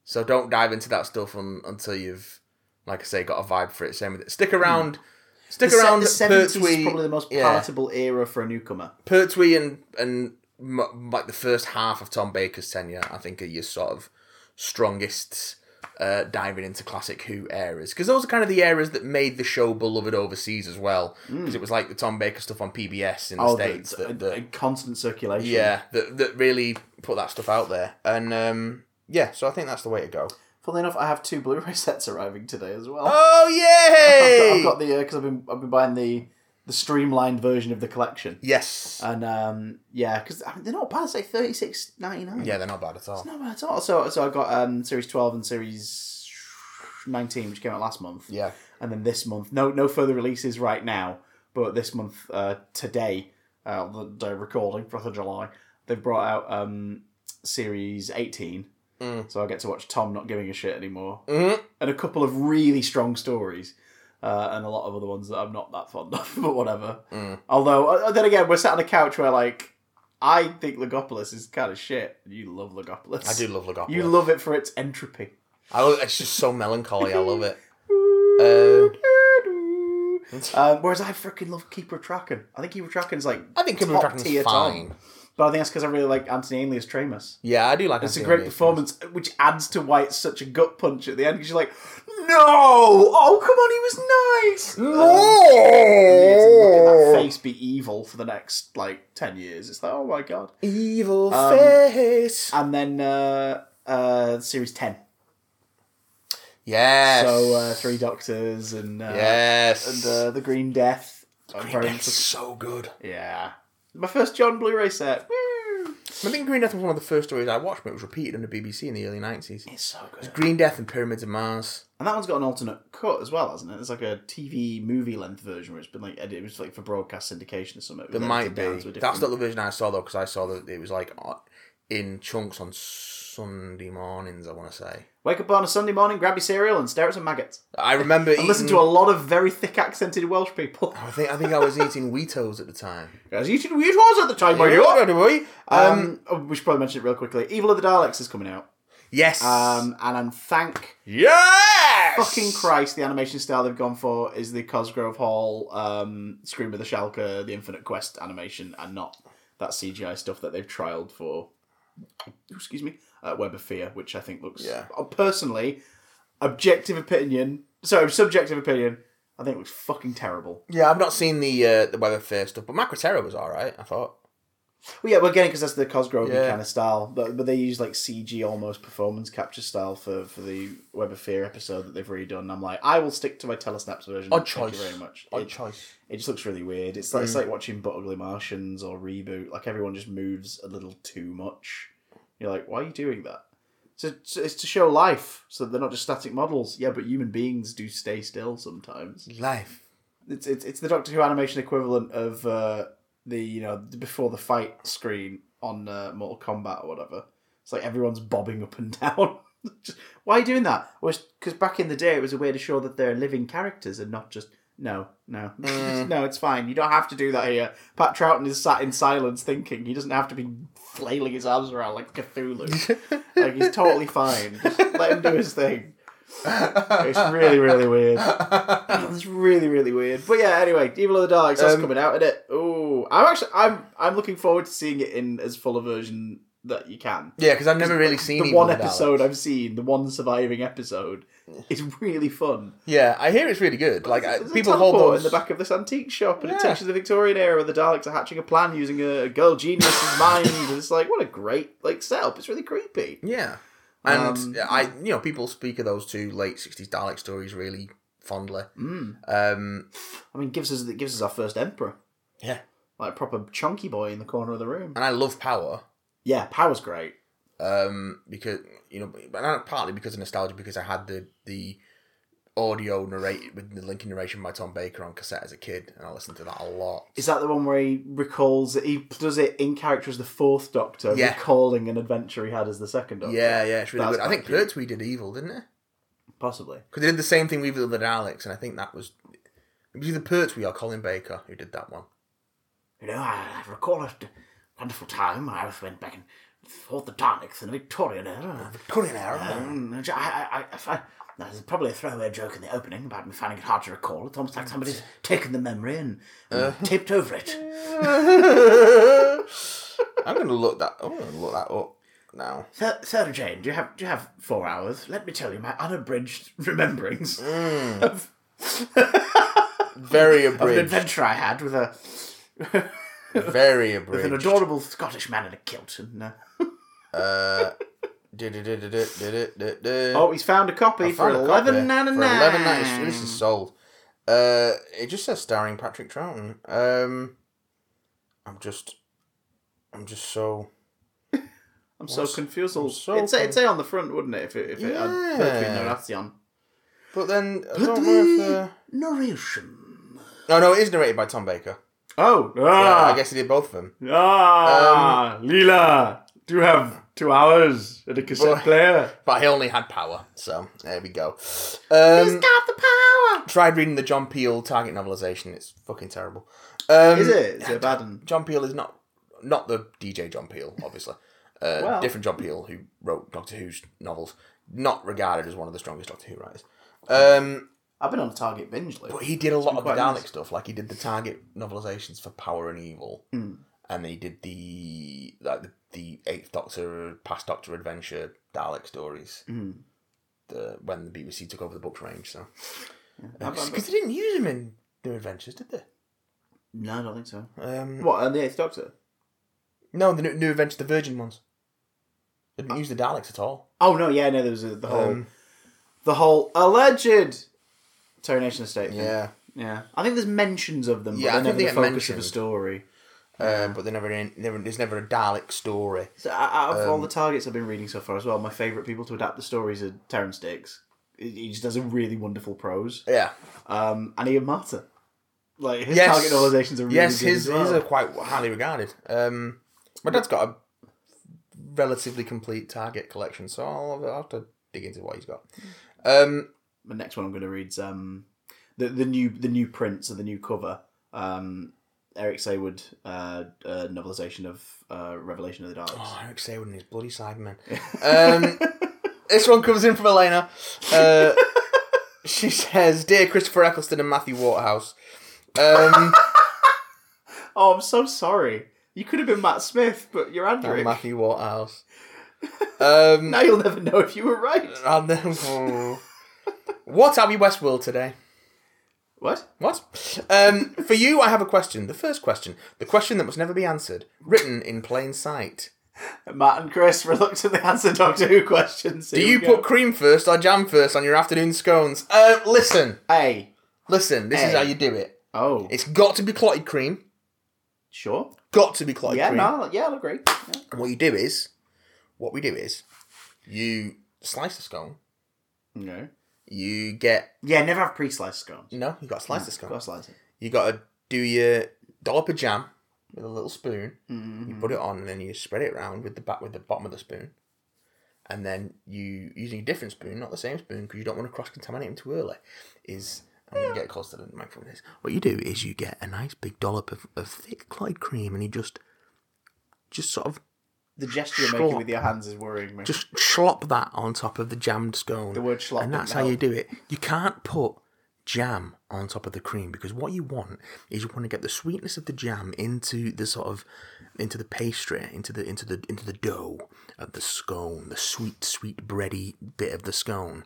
So don't dive into that stuff un- until you've, like I say, got a vibe for it. Same with it. Stick around. Stick
Hmm. The,
around.
se- the 70s is
Pertwee-
probably the most
yeah.
palatable era for a newcomer.
Pertwee and and m- like the first half of Tom Baker's tenure, I think are your sort of strongest uh, diving into classic Who eras because those are kind of the eras that made the show beloved overseas as well. Because it was like the Tom Baker stuff on PBS in the
Hmm. Oh,
states.
the,
that, that,
a- a constant circulation.
yeah, that, that really put that stuff out there. And um, yeah, so I think that's the way to go.
Funnily enough, I have two Blu-ray sets arriving today as well.
Oh
I've,
yay!
got, I've got the because I've been I've been buying the the streamlined version of the collection,
yes.
and um, yeah, because I mean, they're not bad. It's like thirty six ninety nine.
yeah, they're not bad at all.
Um, not bad at all. So so I got um series twelve and series nineteen, which came out last month.
yeah.
and then this month no no further releases right now but this month uh, today uh, the day of recording 4th of july they've brought out um, series 18
Mm.
so i get to watch tom not giving a shit anymore
Mhm.
and a couple of really strong stories uh, and a lot of other ones that i'm not that fond of but whatever
Mm.
although uh, then again we're sat on a couch where like i think legopolis is kind of shit you love legopolis
I do love Legopolis.
you love it for its entropy
I love, it's just so melancholy. I love it. Uh,
Um, whereas I freaking love Keeper Tracken. I think Keeper Tracken's like,
I think Kim
Top
Tracken's
tier
fine.
but I think that's because I really like Anthony Ainley as Tramus.
Yeah, I do like.
It's a great performance, uh, which adds to why it's such a gut punch at the end. Because you're like, no, oh come on, he was nice. Um, you need to look at that
No.
face be evil for the next like ten years. It's like, oh my god.
Evil
Um,
face.
And then uh, uh, series ten,
Yes.
so uh, three doctors and uh,
yes.
and uh, the Green Death. I'm
Green
very
Death's so good.
interested- Yeah, my first John Blu-ray set. Woo!
I think Green Death was one of the first stories I watched, but it was repeated on the BBC in the early nineties.
It's so good.
Green Death and Pyramids of Mars.
And that one's got an alternate cut as well, hasn't it? It's like a TV movie length version where it's been like edited, it was like for broadcast syndication or something.
There might be. That's not
the
the version I saw though, because I saw that it was like uh, in chunks on Sunday mornings. I want to say.
wake up on a Sunday morning, grab your cereal, and stare at some maggots.
I remember
And
eating.
listen to a lot of very thick accented Welsh people.
I think I think I was eating Wheatos at the time.
As you should- it was at the time, my dear.
Um,
Um, oh, we should probably mention it real quickly. Evil of the Daleks is coming out,
yes.
um, and I'm thank
yes.
fucking Christ the animation style they've gone for is the Cosgrove Hall, um, Scream of the Shalker, the Infinite Quest animation, and not that CGI stuff that they've trialed for. Excuse me, uh, Web of Fear, which I think looks
Yeah.
uh, personally objective opinion. Sorry, subjective opinion. I think it looks fucking terrible.
Yeah, I've not seen the uh, the weather fair stuff, but Macrotera was all right. I thought.
Well, yeah, well, again, because that's the Cosgrove
Yeah.
kind of style, but but they use like CG almost performance capture style for, for the Web of Fear episode that they've redone. I'm like, I will stick to my Telesnaps version.
Odd
Thank
choice.
you very much.
Odd Mm.
It-
choice.
It just looks really weird. It's like it's like watching But Ugly Martians or Reboot. Like everyone just moves a little too much. You're like, why are you doing that? So so it's to show life, so they're not just static models. Yeah, but human beings do stay still sometimes.
Life.
It's it's, it's the Doctor Who animation equivalent of uh, the you know the before the fight screen on uh, Mortal Kombat or whatever. It's like everyone's bobbing up and down. Just- why are you doing that? Was because back in the day it was a way to show that they're living characters and not just no, no, no. It's fine. You don't have to do that here. Pat Troughton is sat in silence thinking. He doesn't have to be flailing his arms around like Cthulhu. like he's totally fine. Just let him do his thing. It's really, really weird. It's really, really weird. But yeah, anyway, Evil of the Daleks that's
Um,
coming out, isn't it? Ooh, I'm actually, I'm, I'm looking forward to seeing it in as full a version that you can
Yeah, because I've never really seen
the
Evil
one
Without It.
episode I've seen, the one surviving episode, is really fun.
Yeah, I hear it's really good. Like I,
There's
people
a teleport
hold
in
those
the back of this antique shop, and
Yeah.
it takes you to the Victorian era where the Daleks are hatching a plan using a girl genius's mind. And it's like, what a great like setup! It's really creepy.
Yeah, and
Um,
I, you know, people speak of those two late '60s Dalek stories really fondly.
Mm.
Um,
I mean, gives us it gives us our first emperor,
yeah,
like a proper chunky boy in the corner of the room.
and I love Power
Yeah, power's great.
um, because you know, but not partly because of nostalgia, because I had the the audio narrated with the Lincoln narration by Tom Baker on cassette as a kid, and I listened to that a lot.
Is that the one where he recalls he does it in character as the fourth Doctor,
Yeah.
recalling an adventure he had as the second Doctor?
Yeah, yeah, it's really
That's
good. I
quite
think
cute.
Pertwee did Evil, didn't it?
possibly.
Because they did the same thing with Evil the Daleks, and I think that was it was either Pertwee or Colin Baker who did that one.
You know, I, I recall a d- wonderful time when I was went back and fought the Daleks in the Victorian
Ah,
era.
Colin Arrow.
Um, I, I, I, I find, now, there's probably a throwaway joke in the opening about me finding it hard to recall. It's almost like somebody's taken the memory and, and
Uh-huh.
taped over it.
I'm gonna look that. I'm gonna look that up. now.
Sir, Sarah Jane, do you have do you have four hours? Let me tell you my unabridged rememberings of
Very
an
Mm, abridged.
adventure I had with a
Very
with an
abridged.
adorable Scottish man in a kilt. And uh,
Oh,
oh, he's found a copy for eleven ninety nine.
Eleven ninety. This is sold. Uh, it just says starring Patrick Troughton. Um, I'm just, I'm just so.
I'm so confused.
I'm so
it'd, say, it'd say on the front, wouldn't it? If it, if it had Pertwee
Yeah.
Narration.
But then I don't know if the.
Narration.
No, no, it is narrated by Tom Baker.
Oh,
Uh,
ah,
I Um, guess he did both of them.
ah, Leela, do you have two hours at a cassette
Boy.
player?
But I only had power, so there we go. Um,
Got the power.
tried reading the John Peel Target novelization. It's fucking terrible. Um,
Is it? Is it bad? And...
John Peel is not not the DJ John Peel, obviously. Uh,
Well.
Different John Peel who wrote Doctor Who's novels, not regarded as one of the strongest Doctor Who writers. Um,
I've been on a Target binge
but he did a lot of the
quite
Dalek
nice.
stuff, like he did the Target novelizations for Power and Evil,
Mm.
and he did the like the, the Eighth Doctor, Past Doctor Adventure Dalek stories.
Hmm.
The, when the BBC took over the books range, so because they didn't use him in New Adventures, did they?
No, I don't think so.
Um,
What, and the Eighth Doctor?
No, the new, new Adventure, the Virgin ones. They
Uh,
didn't use the Daleks at all.
Oh, no, yeah, no, there was a, the whole,
Um,
the whole alleged Terry Nation estate thing.
Yeah,
Yeah, I think there's mentions of them,
Yeah, I
but they're
think
never
they
the
get
focus of
mentioned.
a story.
uh, but they never, in- never, there's never a Dalek story.
So, o- out of
Um,
all the targets I've been reading so far as well, my favourite people to adapt the stories are Terence Dix. He- He just does a really wonderful prose.
Yeah,
Um, and Ian Martin. Like his
Yes.
target novelizations are really
yes,
good
his
as well.
his are quite highly regarded. Um, my dad's got a relatively complete Target collection, so I'll, I'll have to dig into what he's got. Um,
the next one I'm going to read's um, the the new the new print, so the new cover. Um, Eric Saywood uh, uh, novelization of uh, Revelation of the Daleks.
oh, Eric Saywood and his bloody Cybermen. Um, this one comes in from Elena. Uh, she says, "Dear Christopher Eccleston and Matthew Waterhouse." Um,
Oh, I'm so sorry. You could have been Matt Smith, but you're Andrew.
I'm Matthew Waterhouse. Um,
now you'll never know if you were right.
and
Oh.
then- what are we Westworld today?
What?
What? Um, for you, I have a question. The first question, the question that must never be answered, written in plain sight.
Matt and Chris reluctantly answer Doctor Who questions.
Do you put cream first or jam first on your afternoon scones? Uh, listen,
Hey.
listen. This is
Hey.
how you do it.
Oh.
It's got to be clotted cream.
sure.
Got to be clotted
Yeah,
cream.
no, yeah, I'll agree. Yeah.
And what you do is, what we do is, you slice the scone.
No.
You get
Yeah, never have pre-sliced scones.
no. You got to slice the
Got
scone.
to slice it.
you got to do your dollop of jam with a little spoon. You put it on, and then you spread it around with the back with the bottom of the spoon, and then you using a different spoon, not the same spoon, because you don't want to cross contaminate them too early. Is I'm going to get close to the microphone. with This what you do is you get a nice big dollop of, of thick clotted cream, and you just just sort of
The gesture you're making with your hands is worrying me.
just slop that on top of the jammed scone. The
word slop
And that's
didn't
how you
help.
do it. You can't put jam on top of the cream because what you want is you want to get the sweetness of the jam into the sort of into the pastry, into the into the into the dough of the scone, the sweet, sweet bready bit of the scone.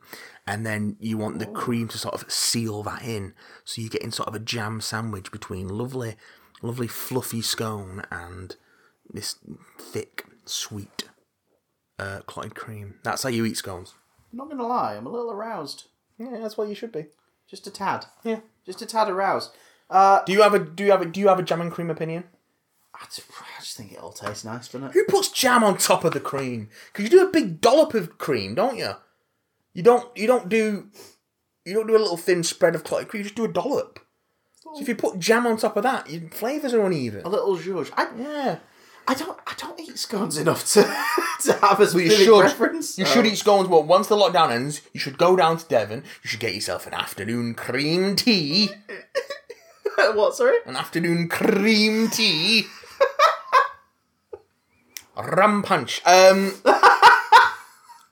And then you want the cream to sort of seal that in. So you're getting sort of a jam sandwich between lovely lovely fluffy scone and this thick, sweet uh, clotted cream. That's how you eat scones.
I'm not gonna lie, I'm a little aroused.
Yeah, that's what you should be.
Just a tad.
Yeah.
Just a tad aroused. Uh,
Do you have a do you have a do you have a jam and cream opinion?
I just, I just think it all tastes nice, doesn't it?
Who puts jam on top of the cream? Because you do a big dollop of cream, don't you? You don't you don't do you don't do a little thin spread of clotted cream. You just do a dollop. So if you put jam on top of that, your flavors are uneven.
A little zhuzh. I,
Yeah,
I don't I don't eat scones enough to to have a
you
specific
should.
preference.
You
Um,
should eat scones. Well, once the lockdown ends, you should go down to Devon. You should get yourself an afternoon cream tea.
what? Sorry.
an afternoon cream tea. Rum punch. Um,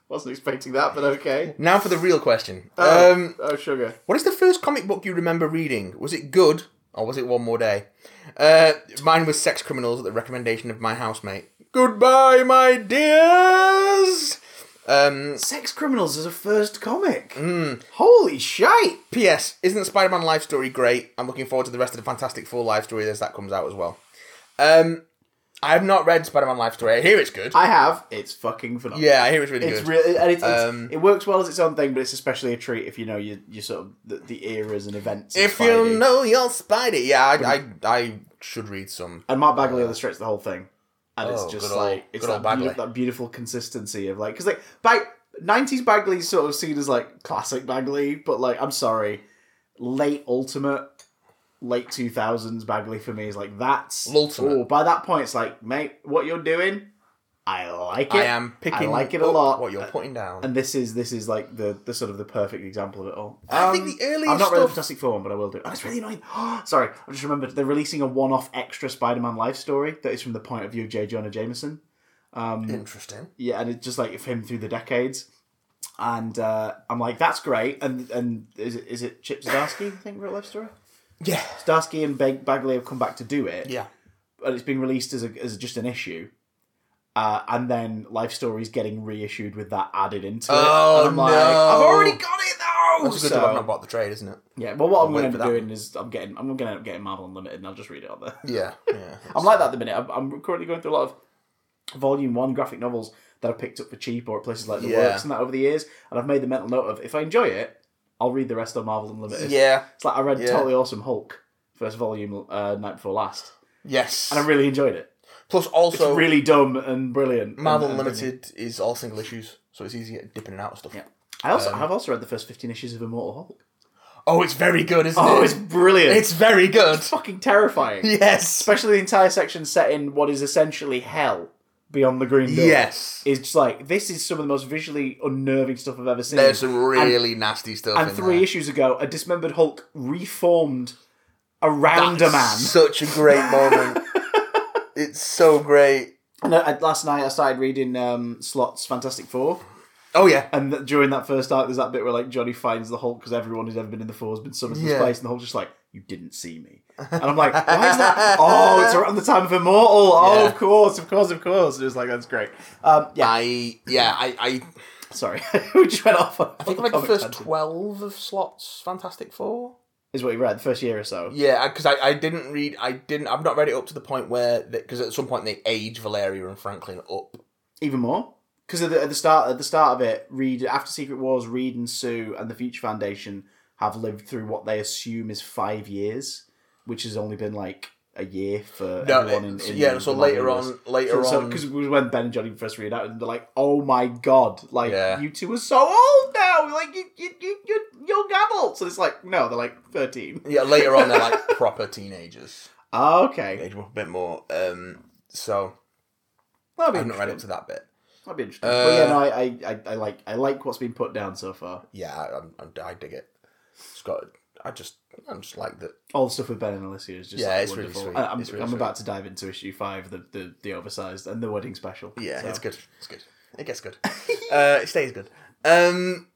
Wasn't expecting that, but okay.
now for the real question.
Oh,
Um,
oh sugar.
what is the first comic book you remember reading? Was it good Or was it One More Day? Uh, mine was Sex Criminals at the recommendation of my housemate. Goodbye, my dears! Um,
Sex Criminals is a first comic.
Mm.
Holy shite!
P.S. Isn't Spider Man Life Story great? I'm looking forward to the rest of the Fantastic Four Life Story as that comes out as well. Um, I have not read Spider Man Life Story. I hear it's good.
I have. It's fucking phenomenal.
yeah, I hear it's really
It's
good.
really, and it's, it's-
Um,
it works well as its own thing, but it's especially a treat if you know you you sort of the, the eras and events. of
if
Spidey. Mm.
you know your Spidey, yeah, I, I, I should read some.
and Mark Bagley illustrates the whole thing, and
Oh,
it's just
good old-
like it's
good old
that, beau-
Bagley.
that beautiful consistency of like because like by nineties Bagley's sort of seen as like classic Bagley, but like I'm sorry, late ultimate, late two thousands Bagley for me is like that's
Lultimate.
ooh, by that point, it's like mate, what you're doing, I like it.
I am picking
I like it a
up
lot.
what you're putting down.
And this is this is like the, the sort of the perfect example of it all. Um,
I think the earliest
I'm not really
stuff-
Fantastic Four one, but I will do it. Oh, it's really annoying. Sorry, I just remembered they're releasing a one-off extra Spider-Man life story that is from the point of view of J. Jonah Jameson.
Interesting.
Yeah, and it's just like of him through the decades. And uh, I'm like, that's great. And and is it is it Chip Zdarsky? I think wrote life story.
Yeah.
Zdarsky and Bag- Bagley have come back to do it
Yeah.
and it's being released as a, as just an issue. Uh, and then Life Stories getting reissued with that added into
Oh,
it. And I'm like,
no.
I've already got it though.
That's a good
So-
job I've not bought the trade, isn't it?
yeah, well, what I'm
wait
going to
for
end up
that.
doing is I'm getting I'm going to end up getting Marvel Unlimited, and I'll just read it on there.
Yeah. Yeah.
I'm like that at the minute. I'm, I'm currently going through a lot of Volume One graphic novels that I've picked up for cheap or at places like the
Yeah.
Works and that over the years, and I've made the mental note of if I enjoy it, I'll read the rest on Marvel Unlimited.
yeah.
it's like I read
Yeah.
Totally Awesome Hulk first volume uh, night before last,
Yes.
and I really enjoyed it.
Plus, also,
really dumb and brilliant.
Marvel
And- and brilliant.
Limited is all single issues, so it's easy at dipping and out of stuff.
I also I've also read the first fifteen issues of Immortal Hulk.
Oh, it's very good, isn't it?
Oh, it's brilliant! It's
It's very good.
fucking terrifying.
Yes.
Especially the entire section set in what is essentially hell beyond the green door.
Yes.
It's just like this is some of the most visually unnerving stuff I've ever seen.
There's some really nasty stuff.
and
in
three
there.
issues ago, a dismembered Hulk reformed around a man.
Such a great moment. it's so great.
And I, I- last night I started reading um, Slot's Fantastic Four.
Oh yeah.
And th- during that first arc, there's that bit where like Johnny finds the Hulk because everyone who's ever been in the four has been summoned to this
Yeah.
place, and the Hulk's just like, "You didn't see me," and I'm like, "Why is that?" oh, it's around the time of Immortal. Oh,
Yeah.
of course, of course, of course. And it's like that's great. Um, yeah,
I yeah I I,
sorry, we just went off. on-
I think
on
like the
comic
first
tangent.
twelve of slots Fantastic Four.
is what he read the first year or so.
Yeah, because I, I didn't read I didn't I've not read it up to the point where because at some point they age Valeria and Franklin up.
Even more because at the, at the start at the start of it, Reed after Secret Wars, Reed and Sue and the Future Foundation have lived through what they assume is five years, which has only been like a year for
No,
everyone. In,
so-
in
yeah. So
the
later
Marvel
on, later
So,
on,
because it was when Ben and Johnny first read out, and they're like, "Oh my god, like
Yeah.
you two are so old now, like you, you, you, you're young adults." And it's like, no, they're like thirteen.
yeah, later on they're like proper teenagers.
Ah, okay,
Age them up a bit more. Um, so
that'd be
I've not read
interesting.
up to that bit.
That'd be interesting. but
Uh,
yeah, no, I, I, I, I like, I like what's been put down so far.
Yeah, I, I'm- I'm, I dig it. It's got. I just I just like that.
All the stuff with Ben and Alicia is just
Yeah,
like,
it's really
wonderful.
sweet.
I, am
It's really
I'm
sweet.
about to dive into issue five, the the, the oversized and the wedding special.
Yeah,
So-
it's good. It's good. It gets good. uh, it stays good. Um,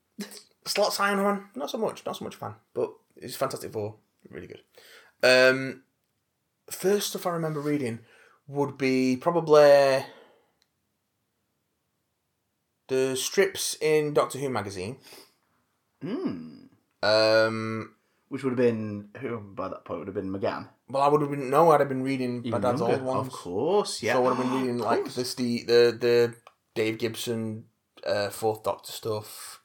Slot Iron Man, not so much. Not so much fan, but it's Fantastic Four. Really good. Um, first stuff I remember reading would be probably the strips in Doctor Who magazine.
Mm.
Um,
Which would have been who by that point would have been McGann.
well, I would have been no, I'd have been reading my
Even
dad's
younger.
old ones.
of course. Yeah,
So I would have been reading
Of
like
course.
the Ste the the Dave Gibson uh, Fourth Doctor stuff,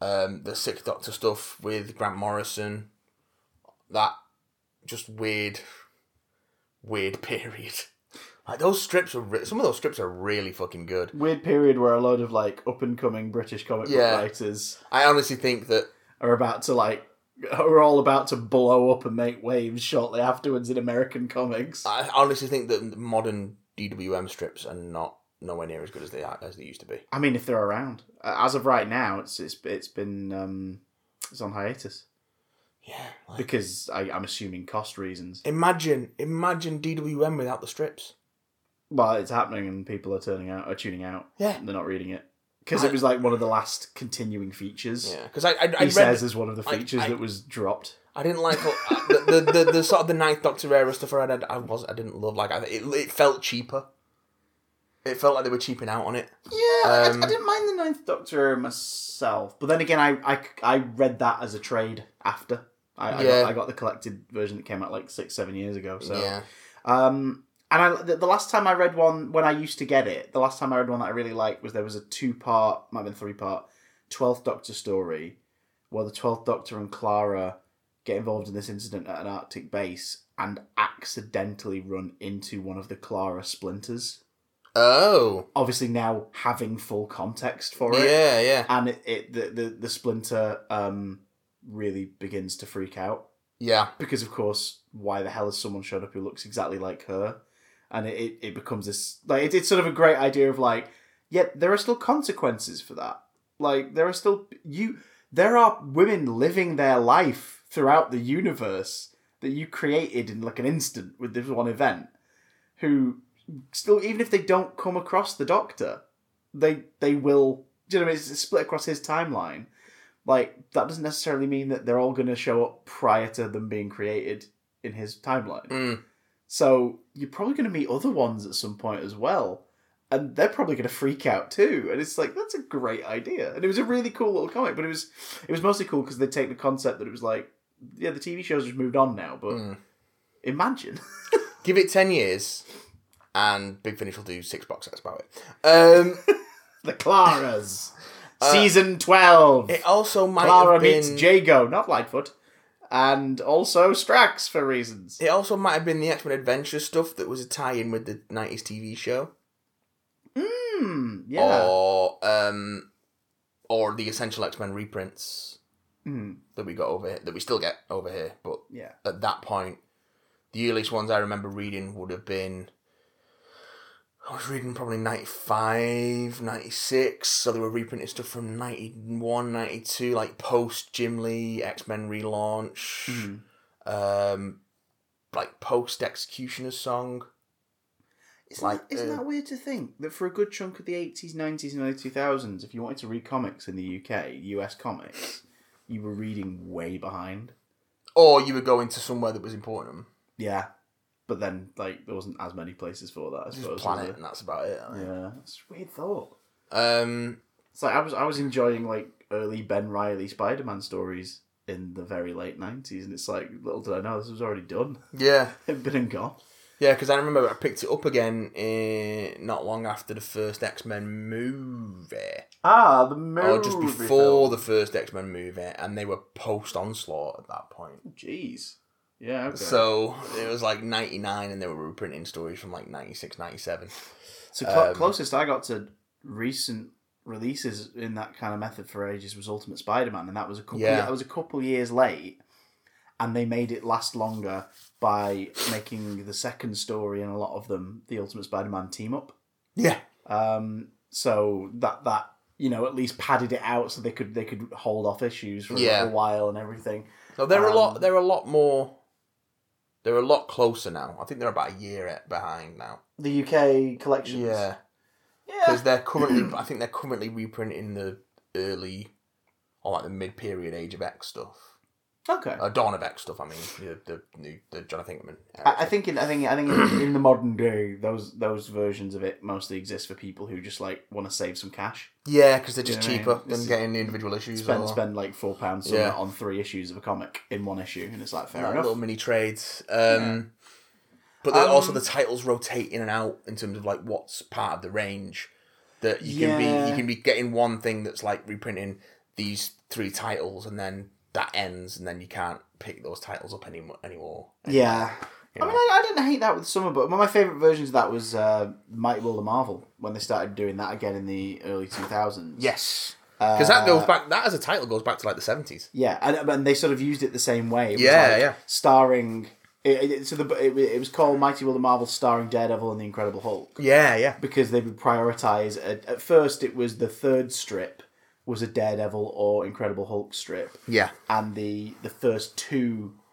um, the Sixth Doctor stuff with Grant Morrison. That just weird, weird period. Like those strips are re- some of those strips are really fucking good.
weird period where a load of like up and coming British comic
Yeah.
book writers
I honestly think that
are about to like are all about to blow up and make waves shortly afterwards in American comics.
I honestly think that modern DWM strips are not nowhere near as good as they are, as they used to be.
I mean, if they're around Uh, as of right now, it's it's it's been um, it's on hiatus
Yeah. Like,
because I, I'm assuming cost reasons.
imagine imagine DWM without the strips.
Well, it's happening and people are turning out are tuning out.
Yeah.
they're not reading it. because it was like one of the last continuing features.
Yeah, because I I, I
He
read
says is one of the
I-
features
I-
that was dropped.
I didn't like uh, the, the, the the sort of the ninth Doctor era stuff. I read, I was I didn't love like I, it. It felt cheaper. It felt like they were cheaping out on it.
Yeah,
Um,
I, I didn't mind the Ninth Doctor myself, but then again, I I, I read that as a trade after. I, I,
Yeah.
got, I got the collected version that came out like six seven years ago. So
Yeah,
um, and I the, the last time I read one when I used to get it, the last time I read one that I really liked was there was a two part, might have been three part, Twelfth Doctor story, where the Twelfth Doctor and Clara get involved in this incident at an Arctic base and accidentally run into one of the Clara splinters
Oh,
obviously now having full context for it
yeah, yeah,
and it, it the, the the splinter um really begins to freak out
yeah,
because of course why the hell has someone showed up who looks exactly like her and it, it, it becomes this like it, it's sort of a great idea of like yet there are still consequences for that like there are still you there are women living their life throughout the universe that you created in like an instant with this one event who still even if they don't come across the doctor they they will do you know what I mean? it's split across his timeline like that doesn't necessarily mean that they're all going to show up prior to them being created in his timeline
Mm.
so you're probably going to meet other ones at some point as well and they're probably going to freak out too and it's like that's a great idea and it was a really cool little comic but it was it was mostly cool because they take the concept that it was like yeah the tv shows just moved on now but
Mm.
imagine
Give it ten years, and Big Finish will do six box sets about it. Um,
The Claras. Season 12.
Uh, it also might
Clara
have been.
meets Jago, not Lightfoot. And also Strax for reasons.
it also might have been the X Men Adventure stuff that was a tie in with the nineties TV show,
Hmm, yeah.
or um, or the Essential X Men reprints.
Hmm,
that we got over here, that we still get over here. But
yeah.
at that point, the earliest ones I remember reading would have been. I was reading probably 95, 96, so they were reprinting stuff from 91, 92, like post Jim Lee, X Men relaunch,
Hmm.
um, like post Executioner's Song.
Isn't,
Like,
that, isn't
uh,
that weird to think that for a good chunk of the 80s, 90s, and early 2000s, if you wanted to read comics in the UK, US comics, you were reading way behind?
Or you were going to somewhere that was important,
Yeah. But then, like, there wasn't as many places for that, I
just
suppose.
Planet,
was
and that's about it. I
there?
think.
Yeah. That's a weird thought.
Um,
It's like I was I was enjoying like early Ben Riley Spider Man stories in the very late nineties, and it's like little did I know this was already done,
yeah.
it'd been and gone.
Yeah, because I remember I picked it up again uh, not long after the first X Men movie,
Ah, the movie.
or Oh, just before the first X Men movie, and they were post Onslaught at that point.
Jeez. Yeah. Okay. So,
So it was like '99, and they were reprinting stories from like '96, '97.
cl-
um,
closest I got to recent releases in that kind of method for ages was Ultimate Spider Man, and that was a couple.
Yeah.
That was a couple years late, and they made it last longer by making the second story in a lot of them the Ultimate Spider Man team up.
Yeah,
Um, so that that you know at least padded it out so they could they could hold off issues for
Yeah.
a while and everything.
so they're a lot.
Um,
They're a lot more. They're a lot closer now. I think they're about a year e-, behind now.
The UK collections.
Yeah,
Yeah.
because they're currently. I think they're currently reprinting the early, or like the mid-period Age of X stuff.
Okay.
uh, Dawn of X stuff. I mean, the the new the Jonathan Hickman.
I, I think in, I think I think in, in the modern day those those versions of it mostly exist for people who just like want to save some cash.
yeah, because they're
Do you
just
know what I
cheaper
mean? This
than
is-
getting the individual issues.
Spend
or,
spend like four pounds somewhere
Yeah.
on three issues of a comic in one issue, and it's like fair
like,
enough.
little mini trades. Um, But they're
Um,
also the titles rotate in and out in terms of like what's part of the range that you can be
Yeah.
you can be getting one thing that's like reprinting these three titles and then that ends and then you can't pick those titles up anymore anymore.
Yeah.
You
I mean,
know?
I, I didn't hate that with Summer, but one of my favourite versions of that was uh, Mighty World of Marvel when they started doing that again in the early 2000s.
yes. Because that
Uh,
goes back. That as a title goes back to like the seventies.
Yeah, and, and they sort of used it the same way. It was
Yeah,
like
yeah.
Starring. It, it, so the, it, it was called Mighty World of Marvel starring Daredevil and the Incredible Hulk
Yeah, yeah.
because they would prioritize. At, at first, it was the third strip was a Daredevil or Incredible Hulk strip,
Yeah.
and the the first two I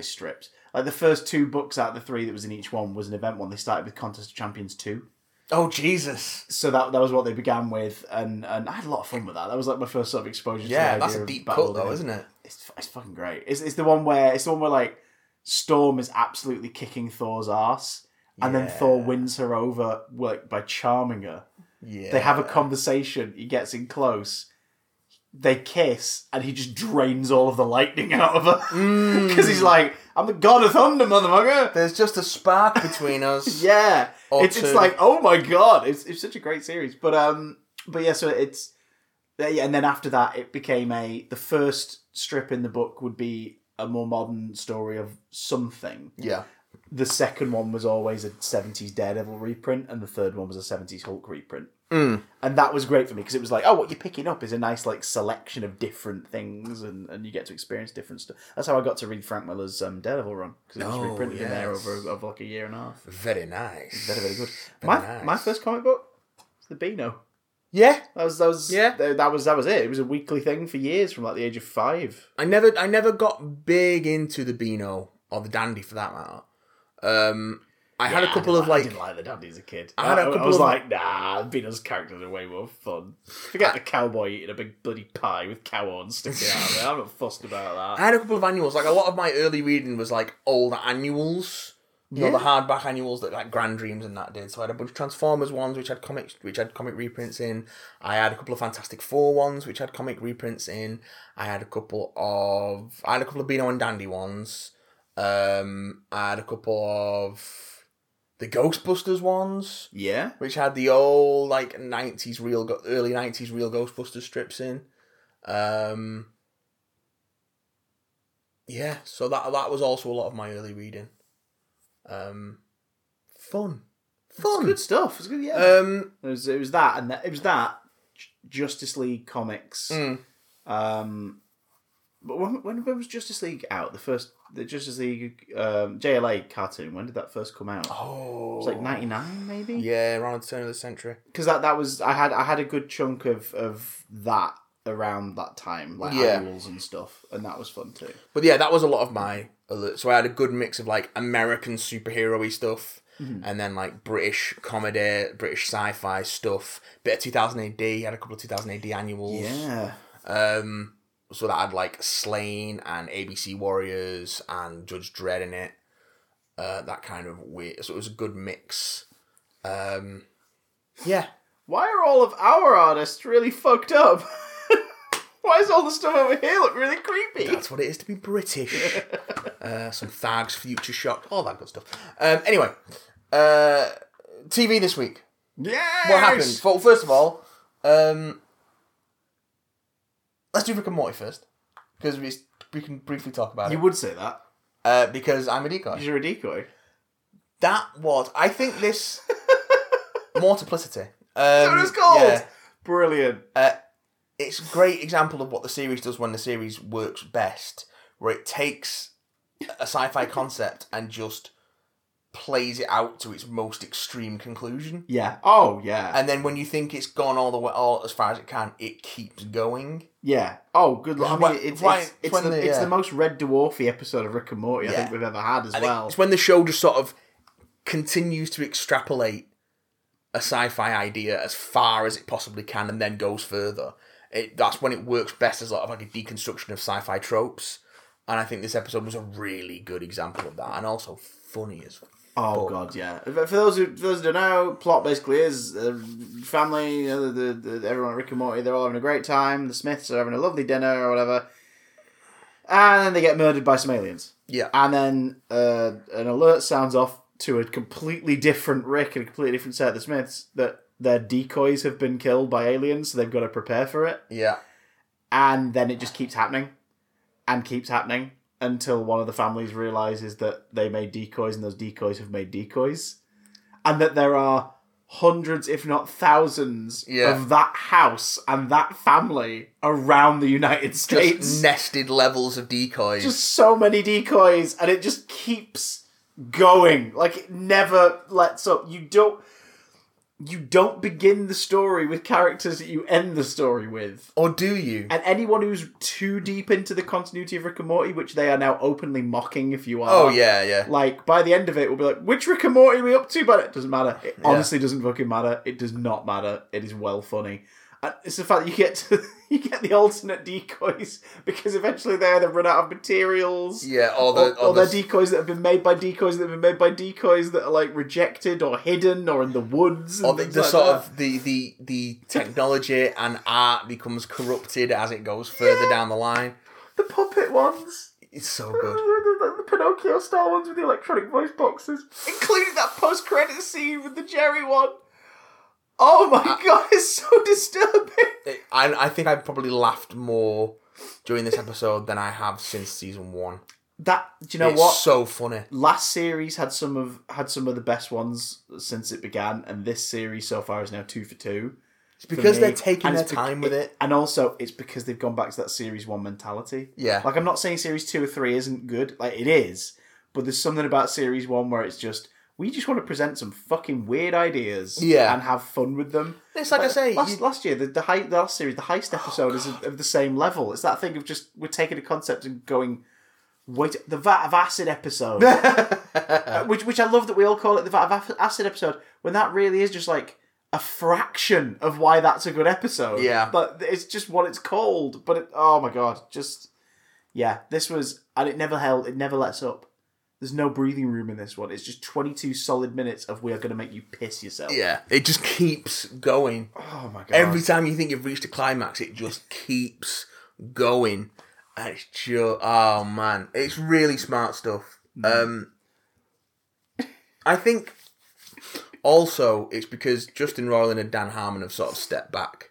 say strips like the first two books out of the three that was in each one was an event one they started with contest of champions 2
Oh Jesus!
So that that was what they began with, and and I had a lot of fun with that. That was like my first sort of exposure. to
Yeah,
the
that's
idea
a
of
deep
battle
cut though,
within.
isn't it?
It's, it's fucking great. It's, it's the one where it's the one where like Storm is absolutely kicking Thor's ass, and then
Yeah.
Thor wins her over like by charming her.
Yeah.
They have a conversation. He gets in close. They kiss, and he just drains all of the lightning out of
Mm.
her because he's like, "I'm the god of thunder, motherfucker."
There's just a spark between us.
Yeah,
Or
it's, it's
two.
like, oh my god, it's, it's such a great series. But um, but yeah, so it's yeah, and then after that, it became a the first strip in the book would be a more modern story of something.
Yeah.
The second one was always a '70s Daredevil reprint, and the third one was a '70s Hulk reprint
Mm.
and that was great for me because it was like, oh, what you're picking up is a nice like selection of different things, and, and you get to experience different stuff. That's how I got to read Frank Miller's um, Daredevil run because it was
Oh,
reprinted in there
yes.
over, over like a year and a half.
Very nice.
Very very good.
Very
my
nice.
my first comic book, was the Beano.
Yeah.
That was that was
Yeah.
That, that was that was it. It was a weekly thing for years from like the age of five.
I never I never got big into the Beano or the Dandy for that matter. Um I had a couple
I
of
didn't I
like
didn't like the dandy as a kid.
I had a
I- I
couple
was
of-
like, nah, Beano's characters are way more fun. Forget the cowboy eating a big bloody pie with cow horns sticking out of it. I'm not fussed about that.
I had a couple of annuals. Like a lot of my early reading was like old annuals. You know, the hardback annuals that like Grand Dreams and that did. So I had a bunch of Transformers ones which had comics which had comic reprints in. I had a couple of Fantastic Four ones which had comic reprints in. I had a couple of I had a couple of Beano and Dandy ones. Um I had a couple of the Ghostbusters ones
Yeah.
which had the old like nineties real go- early nineties real Ghostbusters strips in. Um, yeah, so that that was also a lot of my early reading. Um, fun, fun.
good stuff. It's good. Yeah,
Um,
it, was, it was that, and that, it was that J- Justice League comics.
Mm.
Um, but when, when when was Justice League out? The first the Justice League um, JLA cartoon. When did that first come out? It
oh,
was like ninety nine, maybe.
yeah, around the turn of the century.
because that that was I had I had a good chunk of of that around that time, like
Yeah.
annuals and stuff, and that was fun too.
But yeah, that was a lot of my alert. So I had a good mix of like American superhero-y stuff and then like British comedy, British sci-fi stuff, bit of 2000 AD, had a couple of 2000 AD annuals.
Yeah,
Um, so that had like Slain and ABC Warriors and Judge Dredd in it. Uh, that kind of weird. So it was a good mix. Um, yeah.
why are all of our artists really fucked up? Why does all the stuff over here look really creepy?
That's what it is to be British. uh, some Thags, Future Shock, all that good stuff. Um, anyway, uh, TV this week.
yeah,
What happened? Well, first of all, um, let's do Rick and Morty first because we, we can briefly talk about
You
it.
would say that.
Uh, because I'm a decoy.
You're a decoy.
That was, I think, this multiplicity. Um, That's
what it's called. Brilliant.
Uh, it's a great example of what the series does when the series works best, where it takes a sci-fi concept and just plays it out to its most extreme conclusion.
Yeah. Oh yeah.
And then when you think it's gone all the way, all as far as it can, it keeps going.
yeah. Oh good.
It's
Lord. I mean,
why-
it's,
why-
it's,
it's
it's,
when
the,
they,
it's
yeah.
the most Red Dwarfy episode of Rick and Morty I
Yeah.
think we've ever had as
And
well.
it's when the show just sort of continues to extrapolate a sci-fi idea as far as it possibly can, and then goes further. It, that's when it works best as sort of like a deconstruction of sci-fi tropes, and I think this episode was a really good example of that, and also funny as
Oh god, yeah. For for those who for those who don't know, plot basically is uh, family, you know, the, the, the- everyone at Rick and Morty, they're all having a great time. The Smiths are having a lovely dinner or whatever, and then they get murdered by some aliens.
yeah.
And then uh, an alert sounds off to a completely different Rick and a completely different set of the Smiths that their decoys have been killed by aliens, so they've got to prepare for it.
Yeah,
And then it just keeps happening and keeps happening until one of the families realizes that they made decoys and those decoys have made decoys. And that there are hundreds, if not thousands,
Yeah.
of that house and that family around the United
just
States
nested levels of decoys.
just so many decoys and it just keeps going like it never lets up you don't you don't begin the story with characters that you end the story with.
Or do you?
And anyone who's too deep into the continuity of Rick and Morty, which they are now openly mocking if you are.
Oh yeah, yeah.
Like, by the end of it, we'll be like, which Rick and Morty are we up to? But it doesn't matter. It honestly doesn't fucking matter. It does not matter. It is well funny. And it's the fact that you get to, you get the alternate decoys because eventually they either run out of materials
Yeah, all
or,
the
or
all
they're
the
decoys that have been made by decoys that have been made by decoys that are like rejected or hidden or in the woods. And
or the,
things
the
like
sort
that.
of the, the the technology and art becomes corrupted as it goes further down the line.
the puppet ones,
It's so
the,
good.
the- the Pinocchio style ones with the electronic voice boxes, including that post credit scene with the Jerry one. Oh my god, it's so disturbing.
It- I I think I probably laughed more during this episode than I have since season one.
That do you know
it's
what?
so funny.
Last series had some of had some of the best ones since it began, and this series so far is now two for two.
It's because
me.
they're taking
And
their
it's bec-
time with it.
And also, it's because they've gone back to that series one mentality.
Yeah.
Like I'm not saying series two or three isn't good, like it is, but there's something about series one where it's just we just want to present some fucking weird ideas,
Yeah.
and have fun with them.
It's like I say,
last,
you- Oh,
last year the the, hei- the last series, the heist episode is of, of the same level. It's that thing of just we're taking a concept and going, wait, the vat of acid episode, Uh, which which I love that we all call it the vat of Af- acid episode when that really is just like. A fraction of why that's a good episode.
Yeah.
but it's just what it's called. But it, oh my god, just yeah, this was, and it never held, it never lets up. There's no breathing room in this one. It's just 22 solid minutes of we are going to make you piss yourself.
yeah, it just keeps going.
Oh my god.
Every time you think you've reached a climax, it just keeps going. And it's just, oh man, it's really smart stuff.
Mm.
Um, I think also it's because Justin Roiland and Dan Harmon have sort of stepped back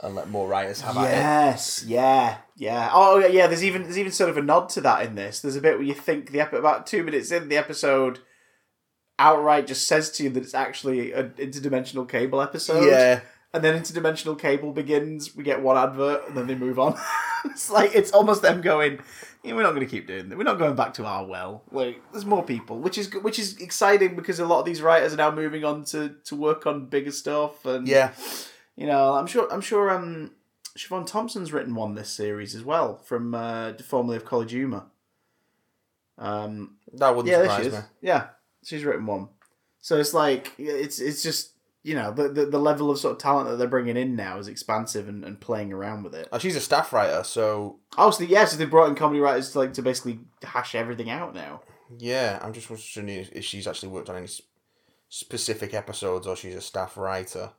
and let more writers have at it.
yes, yeah, yeah. Oh yeah, yeah, there's even there's even sort of a nod to that in this. There's a bit where you think the ep- about 2 minutes in the episode outright just says to you that it's actually an interdimensional cable episode.
Yeah,
And then interdimensional cable begins. We get one advert, and then they move on. it's like it's almost them going. "Yeah, we're not going to keep doing that. We're not going back to our well. Like there's more people, which is which is exciting because a lot of these writers are now moving on to to work on bigger stuff. And
yeah.
you know, I'm sure I'm sure um Siobhan Thompson's written one this series as well from uh, formerly of College Humor. Um,
That wouldn't
yeah, there she is.
surprise me.
Yeah, she's written one. So it's like it's it's just you know the, the the level of sort of talent that they're bringing in now is expansive and, and playing around with it.
Oh, she's a staff writer, so
Oh, so yeah, so they brought in comedy writers to like to basically hash everything out now.
yeah. I'm just wondering if she's actually worked on any s- specific episodes or she's a staff writer.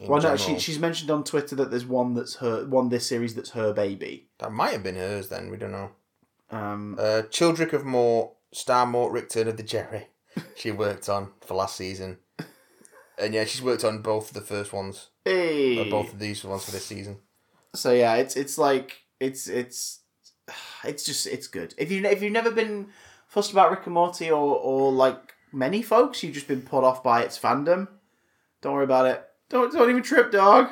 in
well, no, she,
general.
she's mentioned on Twitter that there's one that's her one this series that's her baby.
That might have been hers then, we don't know.
Um,
Uh, Childrick of Moor, star Mort Rickton of the Jerry, she worked on for last season. And yeah, she's worked on both of the first ones,
hey.
or both of these ones for this season.
So yeah, it's it's like it's it's it's just it's good. If you if you've never been fussed about Rick and Morty or or like many folks, you've just been put off by its fandom. Don't worry about it. Don't don't even trip, dog.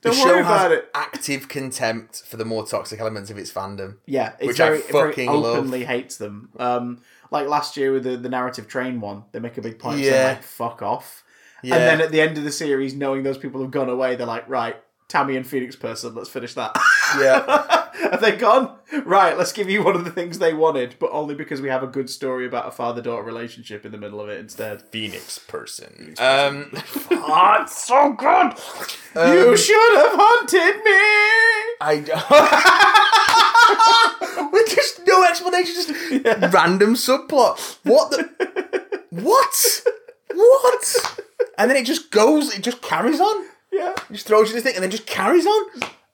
Don't
the
worry
show has
about it.
active contempt for the more toxic elements of its fandom.
Yeah, it's
Which I
very, it very
fucking love.
openly hates them. Um, like last year with the, the narrative train one, they make a big point of
Yeah.
saying like "fuck off,"
Yeah,
and then at the end of the series, knowing those people have gone away, they're like, "Right, Tammy and Phoenix person, let's finish that."
yeah,
Have they gone? Right, let's give you one of the things they wanted, but only because we have a good story about a father daughter relationship in the middle of it instead.
Phoenix person. Um,
Oh, it's so good!
Um,
you should have hunted me!
I with just no explanation, just random subplot. What the? what? What? And then it just goes. It just carries on.
Yeah,
Just throws you this thing and then just carries on.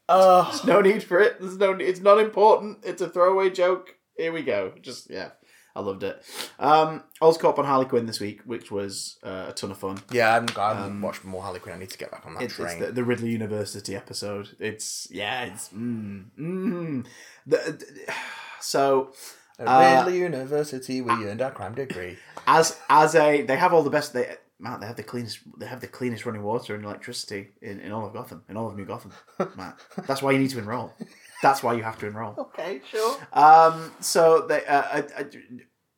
Uh,
there's no need for it. There's no. It's not important. It's a throwaway joke. Here we go. Just yeah, I loved it. Um, I was caught up on Harley Quinn this week, which was uh, a ton of fun.
yeah, I haven't, I haven't watched more Harley Quinn. I need to get back on that
Um, It's, it's
train.
the, the Ridley University episode. It's yeah. It's mm, mm. The, the- so
At Ridley
uh,
University, we earned our crime degree.
as as a they have all the best they Matt, they have the cleanest they have the cleanest running water and electricity in, in all of Gotham, in all of New Gotham. Matt. That's why you need to enroll. That's why you have to enroll.
Okay, sure.
Um so uh, they uh, I,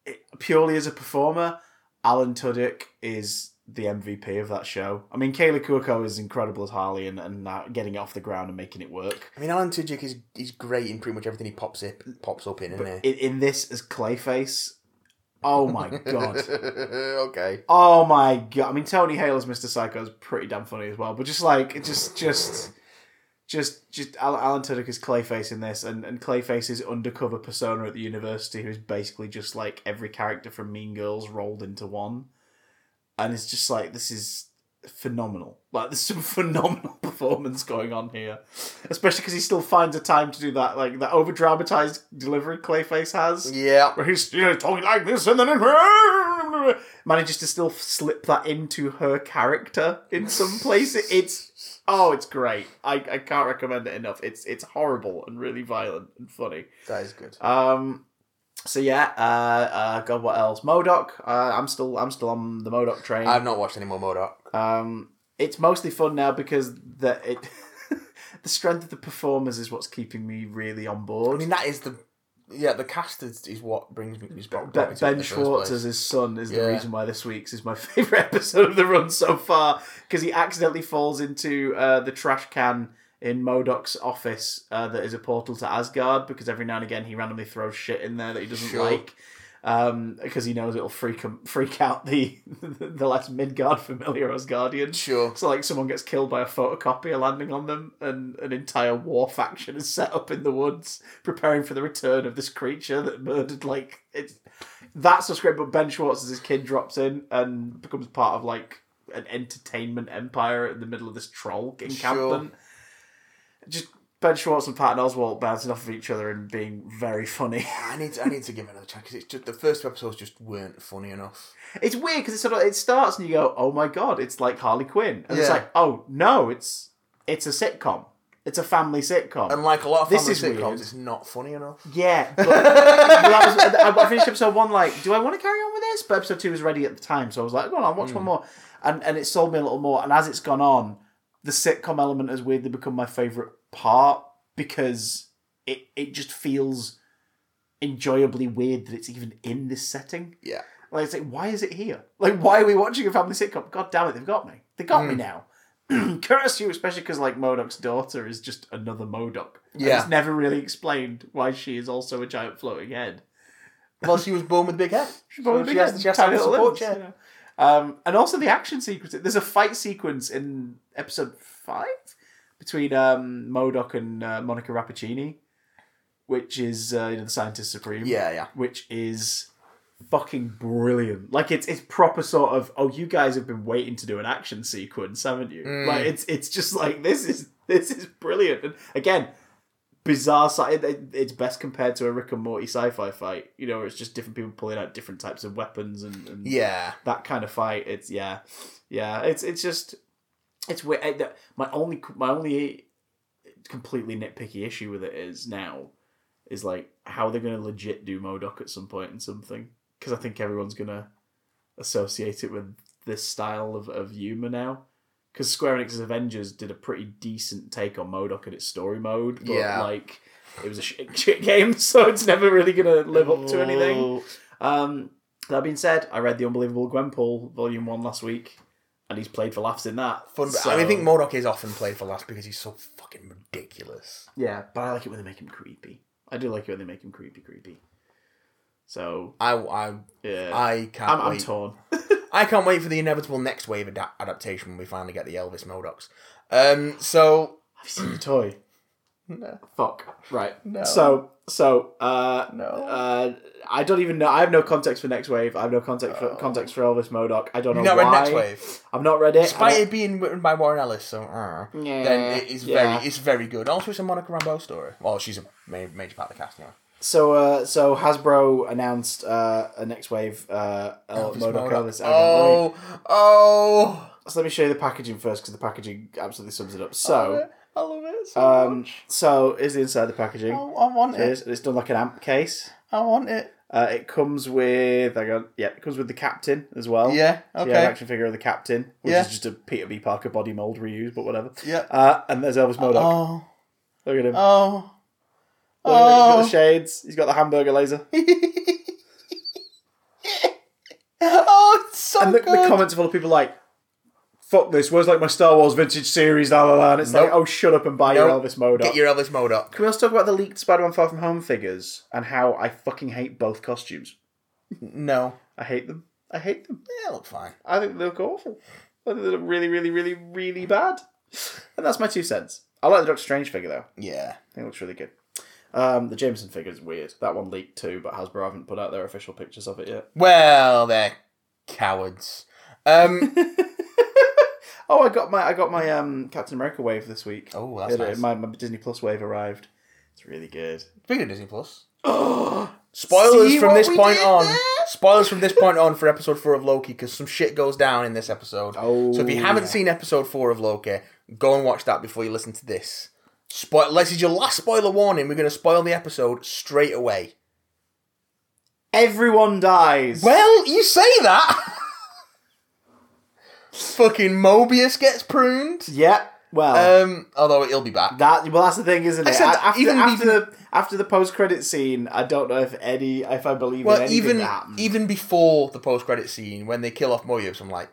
I- purely as a performer, Alan Tudyk is the MVP of that show. I mean, Kayla Kuoko is incredible as Harley and, and now getting it off the ground and making it work.
I mean, Alan Tudyk is he's great in pretty much everything he pops up pops up in, isn't he?
In, in this as Clayface, oh my god.
okay.
Oh my god! I mean, Tony Hale as Mr. Psycho is pretty damn funny as well. But just like, just, just, just, just Alan, Alan Tudyk is Clayface in this, and and Clayface's undercover persona at the university, who's basically just like every character from Mean Girls rolled into one, and it's just like this is phenomenal. Like, there's some phenomenal performance going on here, especially because he still finds a time to do that, like that over dramatized delivery Clayface has
Yeah.
where he's you know, talking like this and then it manages to still slip that into her character in some place. It- It's oh, it's great. I, I can't recommend it enough. It's it's horrible and really violent and funny.
That is good.
Um, so yeah, uh, uh, God, what else? Modoc. Uh, I'm still I'm still on the Modoc train.
I've not watched any more Modoc.
Um, it's mostly fun now because the it. The strength of the performers is what's keeping me really on
I
board.
mean, that is the yeah the cast is, is what brings me. Is what
Be-
brought me to it in
ben
the first
Schwartz
place.
as his son is
Yeah.
the reason why this week's is my favorite episode of the run so far because he accidentally falls into uh, the trash can in Modoc's office uh, that is a portal to Asgard because every now and again he randomly throws shit in there that he doesn't
Sure.
like because he knows it'll freak him, freak out the the less Midgard familiar Asgardian.
Sure.
So like someone gets killed by a photocopier landing on them, and an entire war faction is set up in the woods preparing for the return of this creature that murdered. Like it's that's the script, but Ben Schwartz as his kid drops in and becomes part of like an entertainment empire in the middle of this troll encampment. Just Ben Schwartz and Patton Oswalt bouncing off of each other and being very funny.
I need to, I need to give it another chance because it's just the first two episodes just weren't funny enough.
It's weird because it sort of it starts and you go, "Oh my god, it's like Harley Quinn," and it's
Yeah.
like, "Oh no, it's it's a sitcom. It's a family sitcom."
And like a lot of
This
family
is
sitcoms,
weird.
it's not funny enough.
yeah, but, but that was, I, I finished episode one like, "Do I want to carry on with this?" But episode two was ready at the time, so I was like, "Go on, I'll watch one more," and and it sold me a little more. And as it's gone on, the sitcom element has weirdly become my favorite part because it it just feels enjoyably weird that it's even in this setting.
Yeah.
Like, it's like, why is it here? Like, why are we watching a family sitcom? God damn it, they've got me. They got me now. Curse you, especially because like Modoc's daughter is just another Modoc. And
Yeah.
it's never really explained why she is also a giant floating head.
Well, she was born with big hair.
She's probably
she
big
has-
head,
she has
tiny
to have
little
support
limbs,
chair.
you know. Um, and also the action sequence. There's a fight sequence in episode five between um, Modoc and uh, Monica Rappaccini, which is uh, you know, the scientist supreme
Yeah, yeah.
which is fucking brilliant. Like it's it's proper sort of oh you guys have been waiting to do an action sequence, haven't you? Like it's it's just like this is this is brilliant. And again, bizarre sci- it- it- it's best compared to a Rick and Morty sci-fi fight. You know, where it's just different people pulling out different types of weapons and, and
Yeah.
that kind of fight. It's yeah, yeah. It's it's just it's weird. I- the- My only my only completely nitpicky issue with it is now is like how they're gonna legit do Modoc at some point in something because I think everyone's gonna associate it with this style of of humor now. Because Square Enix's Avengers did a pretty decent take on Modoc in its story mode, but
Yeah.
like it was a shit, shit game, so it's never really gonna live up to anything. Um, that being said, I read The Unbelievable Gwenpool Volume 1 last week, and he's played for laughs in that.
Fun.
So-
I, mean, I think Modoc is often played for last because he's so fucking ridiculous.
Yeah, but I like it when they make him creepy. I do like it when they make him creepy, creepy. So,
I, I,
yeah.
I can't
I'm, I'm
wait.
torn.
I can't wait for the inevitable next wave ada- adaptation when we finally get the Elvis Modocs. Um, so
Have you seen the toy?
No.
Fuck. Right.
No.
So, so, uh,
No.
uh, I don't even know. I have no context for Next Wave. I have no context
Oh.
for context for Elvis Modoc. I don't know
you know,
why.
when next wave,
I've not read it.
despite
I
it being written by Warren Ellis, so uh,
Yeah.
then it is
Yeah.
very, it's very good. Also, it's a Monica Rambeau story. Well, she's a ma- major part of the cast now.
So, uh, so Hasbro announced uh, a next wave uh, El- Modok Elvis. Hang on, let me-
Oh, oh,
So let me show you the packaging first because the packaging absolutely sums it up. So,
I love it so
um,
much.
so is the inside of the packaging.
I, I want
It
it.
is, and it's done like an amp case.
I want it.
Uh, it comes with, hang on, yeah, it comes with the captain as well.
Yeah.
So you have an
Okay.
action figure of the captain, which
Yeah.
is just a Peter B. Parker body mold reuse, but whatever.
Yeah.
Uh, and there's Elvis Modoc.
Oh.
Look at him.
Oh.
Look at him. He's got
Oh.
the shades. He's got the hamburger laser.
oh, it's so
and the,
good.
the comments of all the people like, "Fuck this! Where's like my Star Wars vintage series?" La la la. And it's like,
Nope.
"Oh, shut up and buy
Nope.
your Elvis Modoc."
Get your Elvis Modoc.
Can we also talk about the leaked Spider-Man Far From Home figures and how I fucking hate both costumes?
No.
I hate them. I hate them.
Yeah, look fine.
I think they look awful. I think they look really, really, really, really bad. And that's my two cents. I like the Doctor Strange figure though.
Yeah.
I think it looks really good. Um, the Jameson figure is weird. That one leaked too, but Hasbro haven't put out their official pictures of it yet.
Well, they're cowards. Um,
Oh, I got my I got my um, Captain America wave this week.
Oh, that's
It- it-
nice.
My, my Disney Plus wave arrived. It's really good.
speaking of Disney Plus,
Oh,
Spoilers
See
from
what
this
we
point
did
on.
there?
Spoilers from this point on for episode four of Loki because some shit goes down in this episode.
Oh,
so if you haven't
yeah.
seen episode four of Loki, go and watch that before you listen to this. Spoil. This is your last spoiler warning. We're going to spoil the episode straight away.
everyone dies.
Well, you say that. Fucking Mobius gets pruned.
yeah. Well,
Um, although he'll be back.
That well, that's the thing, isn't
I
it?
said,
A- after,
even-
after
even-
the after the post credit scene, I don't know if any if I believe in
Well,
anything
even
that happened.
even before the post credit scene when they kill off Mobius, I'm like,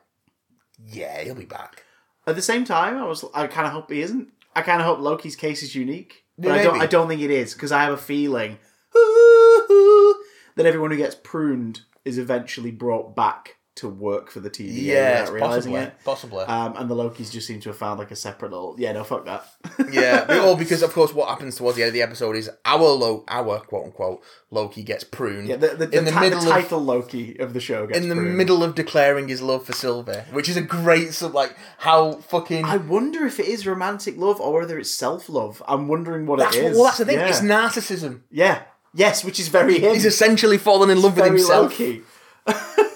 yeah, he'll be back.
At the same time, I was I kind of hope he isn't. I kind of hope Loki's case is unique, but I don't.
maybe.
I don't think it is because I have a feeling that everyone who gets pruned is eventually brought back to work for the TV. without
Yeah, it's
realizing
possibly,
it.
possibly.
Um, and the Loki's just seem to have found like a separate little. Yeah, no, fuck that.
Yeah, but all because of course what happens towards the end of the episode is our lo- our quote unquote Loki gets pruned.
yeah, the, the, the,
in the,
ti- the
middle of
title Loki of the show gets
in the
pruned.
middle of declaring his love for Sylvie, which is a great sub like how fucking
I wonder if it is romantic love or whether it's self love. I'm wondering what
that's
it
what-
is.
well that's the thing.
Yeah.
It's narcissism.
yeah. Yes, which is very him.
He's essentially fallen in love with
very
himself.
low-key.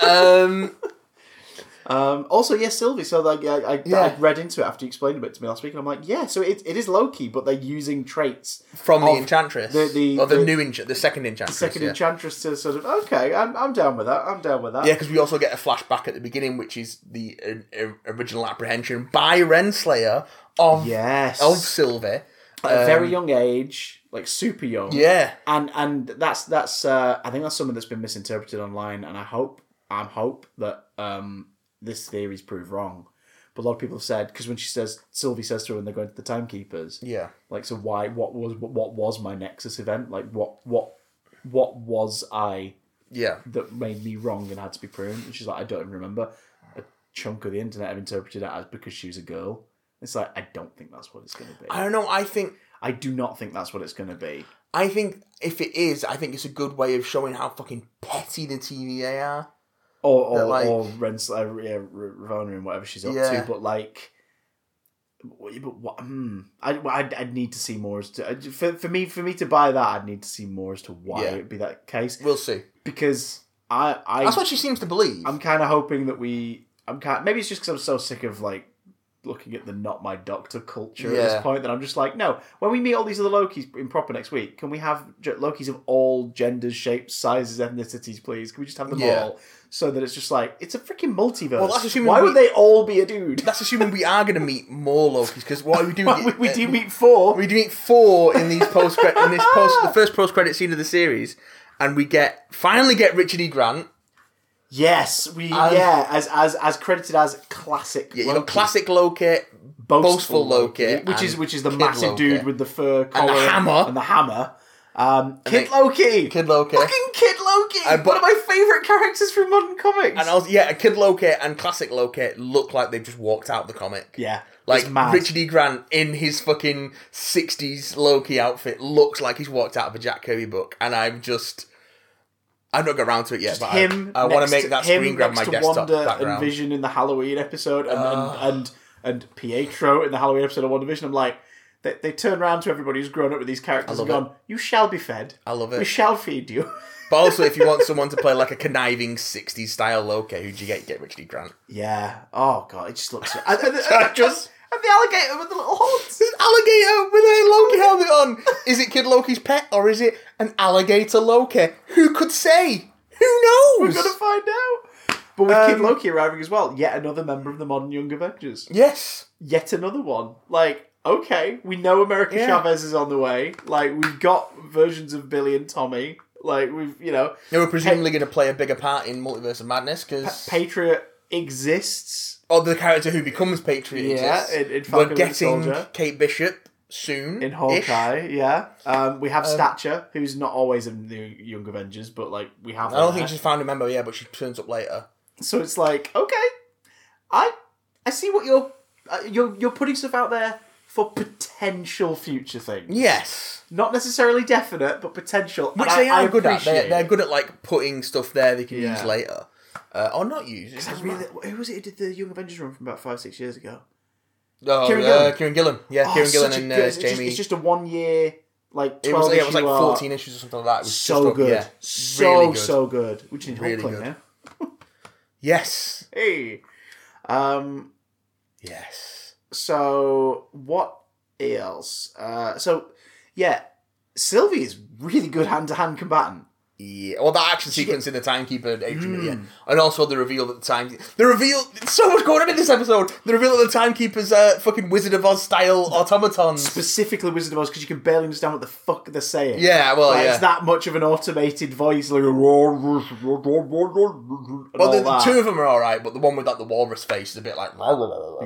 Um,
Um, also, yes, Sylvie. So like, I, I,
Yeah.
I read into it after you explained a bit to me last week, and I'm like, yeah. So it, it is low key, but they're using traits.
from the
Of
enchantress,
the- the-
or the,
the-
new enchant, the second enchantress,
Second
yeah.
Enchantress to sort of okay, I'm, I'm down with that. I'm down with that.
Yeah, because we also get a flashback at the beginning, which is the uh, uh, original apprehension by Renslayer of
Yes.
of Sylvie.
At a very
Oh, Um,
young age, like super young.
Yeah,
and and that's that's uh, I think that's something that's been misinterpreted online, and I hope I hope that um, this theory's proved wrong. But a lot of people have said because when she says Sylvie says to her when they're going to the timekeepers,
yeah.
like so why what was what was my Nexus event like what what what was I
Yeah,
that made me wrong and had to be pruned? And she's like I don't even remember. A chunk of the internet have interpreted it as because she was a girl. It's like I don't think that's what it's going to be.
I don't know. I think
I do not think that's what it's going to be.
I think if it is, I think it's a good way of showing how fucking petty the TVA are.
or or,
They're like-
or Rens, uh, yeah, R- Ravonna and whatever she's up
Yeah.
to. But like, w- but what? Hmm, I I'd, I'd need to see more as to I- for, for me for me to buy that. I'd need to see more as to why
Yeah.
it'd be that case
We'll see.
because I I
That's what she seems to believe.
I'm kind of hoping that we I'm kind maybe it's just because I'm so sick of like looking at the not my doctor culture at
Yeah.
this point that I'm just like no when we meet all these other Lokis in proper next week can we have j- Lokis of all genders shapes sizes ethnicities please can we just have them
Yeah.
all so that it's just like it's a freaking multiverse
Well, that's assuming
why
we-
would they all be a dude
That's assuming we are going to meet more Lokis because what we do
we,
get-
we do meet four
we do meet four in these post credit in this post the first post credit scene of the series, and we get finally get Richard E. Grant.
yes we
As-
yeah as as as credited as classic
Yeah, you know,
Loki.
classic Loki,
boastful,
Boastful Loki
which is
and
which is the
Kid
massive
Loki.
dude with the fur collar
hammer.
and the hammer. Um, Kid
they-
Loki,
Kid Loki,
fucking Kid Loki,
And
one
but-
of my favorite characters from modern comics.
and also yeah, Kid Loki and classic Loki look like they've just walked out the comic.
yeah,
Like
it's mad.
Richard E. Grant in his fucking sixties Loki outfit looks like he's walked out of a Jack Kirby book, and I'm just I've not got around to it yet, but I-
him.
I,
next
want to make that
to- him
screen grab
next
my
to
desktop
Wanda and
background.
Vision in the Halloween episode, and and, and and Pietro in the Halloween episode of One Division. I'm like. They, they turn around to everybody who's grown up with these characters and
love
gone, You shall be fed.
I love
We
it.
shall feed you.
But also, if you want someone to play like a conniving '60s style Loki, who'd you get? Get Richard E. Grant.
yeah. Oh, God. It just looks. so- and, and, and,
I just-
and the alligator with the little horns.
This alligator with a Loki helmet on. Is it Kid Loki's pet or is it an alligator Loki? Who could say? Who knows?
We're gonna find out. But with Kid
Um,
Loki arriving as well, yet another member of the modern Young Avengers.
Yes.
Yet another one. Like, okay, we know America
Yeah.
Chavez is on the way. Like, we've got versions of Billy and Tommy. Like, we've you know
They were presumably going to play a bigger part in Multiverse of Madness because
Patriot exists.
Or the character who becomes Patriot
Yeah,
exists.
in- in Falcon
We're
and
getting
Soldier.
Kate Bishop soon.
in Hawkeye. Yeah, um, we have Stature, who's not always in the Young Avengers, but like we have.
I don't
her.
think she's found a member yet, but she turns up later.
So it's like, okay, I I see what you're uh, you're you're putting stuff out there for potential future things,
Yes.
not necessarily definite, but potential.
Which
and
they
I,
are
I
good at.
appreciate
They're,
it.
they're good at like putting stuff there they can
Yeah.
use later. Uh, or not use. it
I
doesn't
really,
matter.
who was it who did the Young Avengers run from about five six years ago?
Oh,
Kieran
uh,
Gillen.
Kieran Gillen. Yeah,
Oh,
Kieran Gillen
such a
and uh,
good- it's just-
Jamie.
it's just a one year like
it was,
twelve.
yeah, it was like
issue arc.
14 issues or something like that. It was
So
just a-
good,
yeah,
so
really good.
so good. We just need
Really
Hulkling
good.
now.
Yes.
Hey, um,
Yes.
So what else? Uh, so yeah, Sylvie is really good hand to hand combatant.
Yeah. Well, that action sequence in the Timekeeper Atrium,
Hmm.
yeah. And also the reveal that the time. The reveal. So much going on in this episode. The reveal that the Timekeeper's uh, fucking Wizard of Oz style automatons.
Specifically Wizard of Oz because you can barely understand what the fuck they're saying.
Yeah, well,
Like,
yeah.
It's that much of an automated voice, like. Well,
Well, the, the two of them are all right, but the one with like the walrus face is a bit like.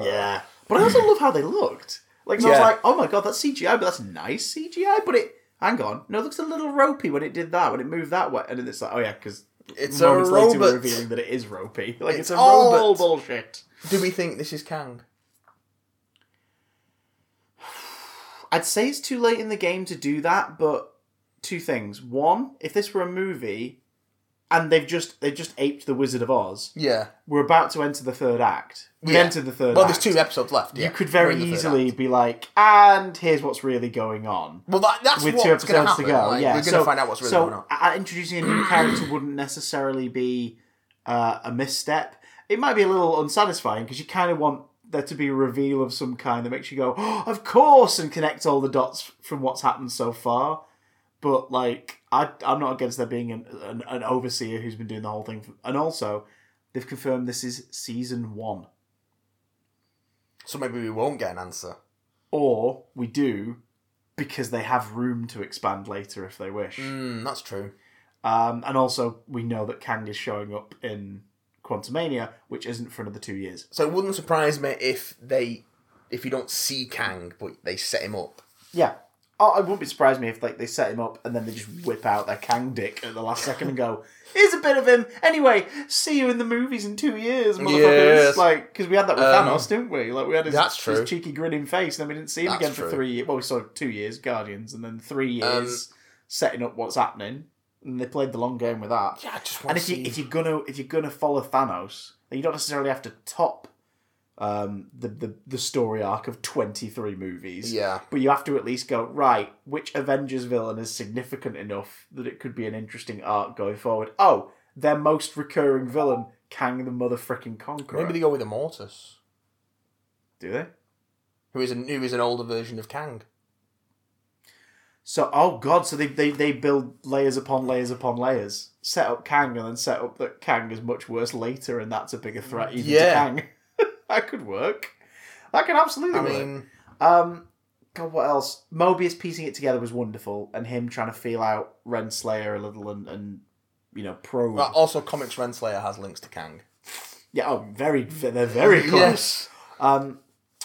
Yeah, but I also love how they looked. Like 'cause I was
Yeah.
like, oh my god, that's CGI, but that's nice CGI. But it, hang on, no, it looks a little ropey when it did that, when it moved that way, and then it's like, oh yeah, because
It's a
moments later we're
robot.
revealing that it is ropey. Like it's,
It's
a
all
robot
but-
bullshit.
Do we think this is Kang?
I'd say it's too late in the game to do that, but two things. One, if this were a movie and they've just they just aped the Wizard of Oz,
Yeah.
we're about to enter the third act. We
Yeah.
enter the third
Well,
act.
there's two episodes left. yeah.
you could
We're
very
in the third
easily
act.
be like, and here's what's really going on.
Well, that, that's
With
what's
two
gonna
episodes to
happen.
go.
Like,
yeah.
We're going to
so,
find out what's really
so
going on.
uh, introducing a new character wouldn't necessarily be uh, a misstep. It might be a little unsatisfying because you kind of want there to be a reveal of some kind that makes you go, oh, of course, and connect all the dots from what's happened so far. But like, I, I'm not against there being an, an, an overseer who's been doing the whole thing. and also, they've confirmed this is season one.
So maybe we won't get an answer.
or we do because they have room to expand later if they wish.
Mm, that's true.
Um, and also, we know that Kang is showing up in Quantumania, which isn't for another two years.
So it wouldn't surprise me if they, if you don't see Kang, but they set him up.
Yeah. Oh, it wouldn't be surprised me if like they set him up and then they just whip out their Kang dick at the last second and go, "Here's a bit of him." Anyway, see you in the movies in two years, motherfuckers.
Yes.
Like, because we had that with
Um,
Thanos, didn't we? Like, we had his,
that's true.
his cheeky grinning face, and then we didn't see him
That's
again for
true. Um,
three years. Well, we saw him two years, Guardians, and then three years setting up what's happening, and they played the long game with that.
Yeah, I just want
And
to
if you
see.
if you're gonna if you're gonna follow Thanos, then you don't necessarily have to top um, the, the the story arc of twenty three movies.
Yeah.
But you have to at least go right. Which Avengers villain is significant enough that it could be an interesting arc going forward? Oh, their most recurring villain, Kang the motherfucking Conqueror.
Maybe they go with a Mortis,
do they?
who is an who is an older version of Kang.
So oh god, so they, they they build layers upon layers upon layers. Set up Kang and then set up that Kang is much worse later, and that's a bigger threat even to
Yeah.
Kang. that could work. That could absolutely
I
work.
mean,
Um, God, what else? Mobius piecing it together was wonderful, and him trying to feel out Renslayer a little and, and you know probe.
well, also comics Renslayer has links to Kang.
yeah, oh, very, they're very close.
Yes.
Um,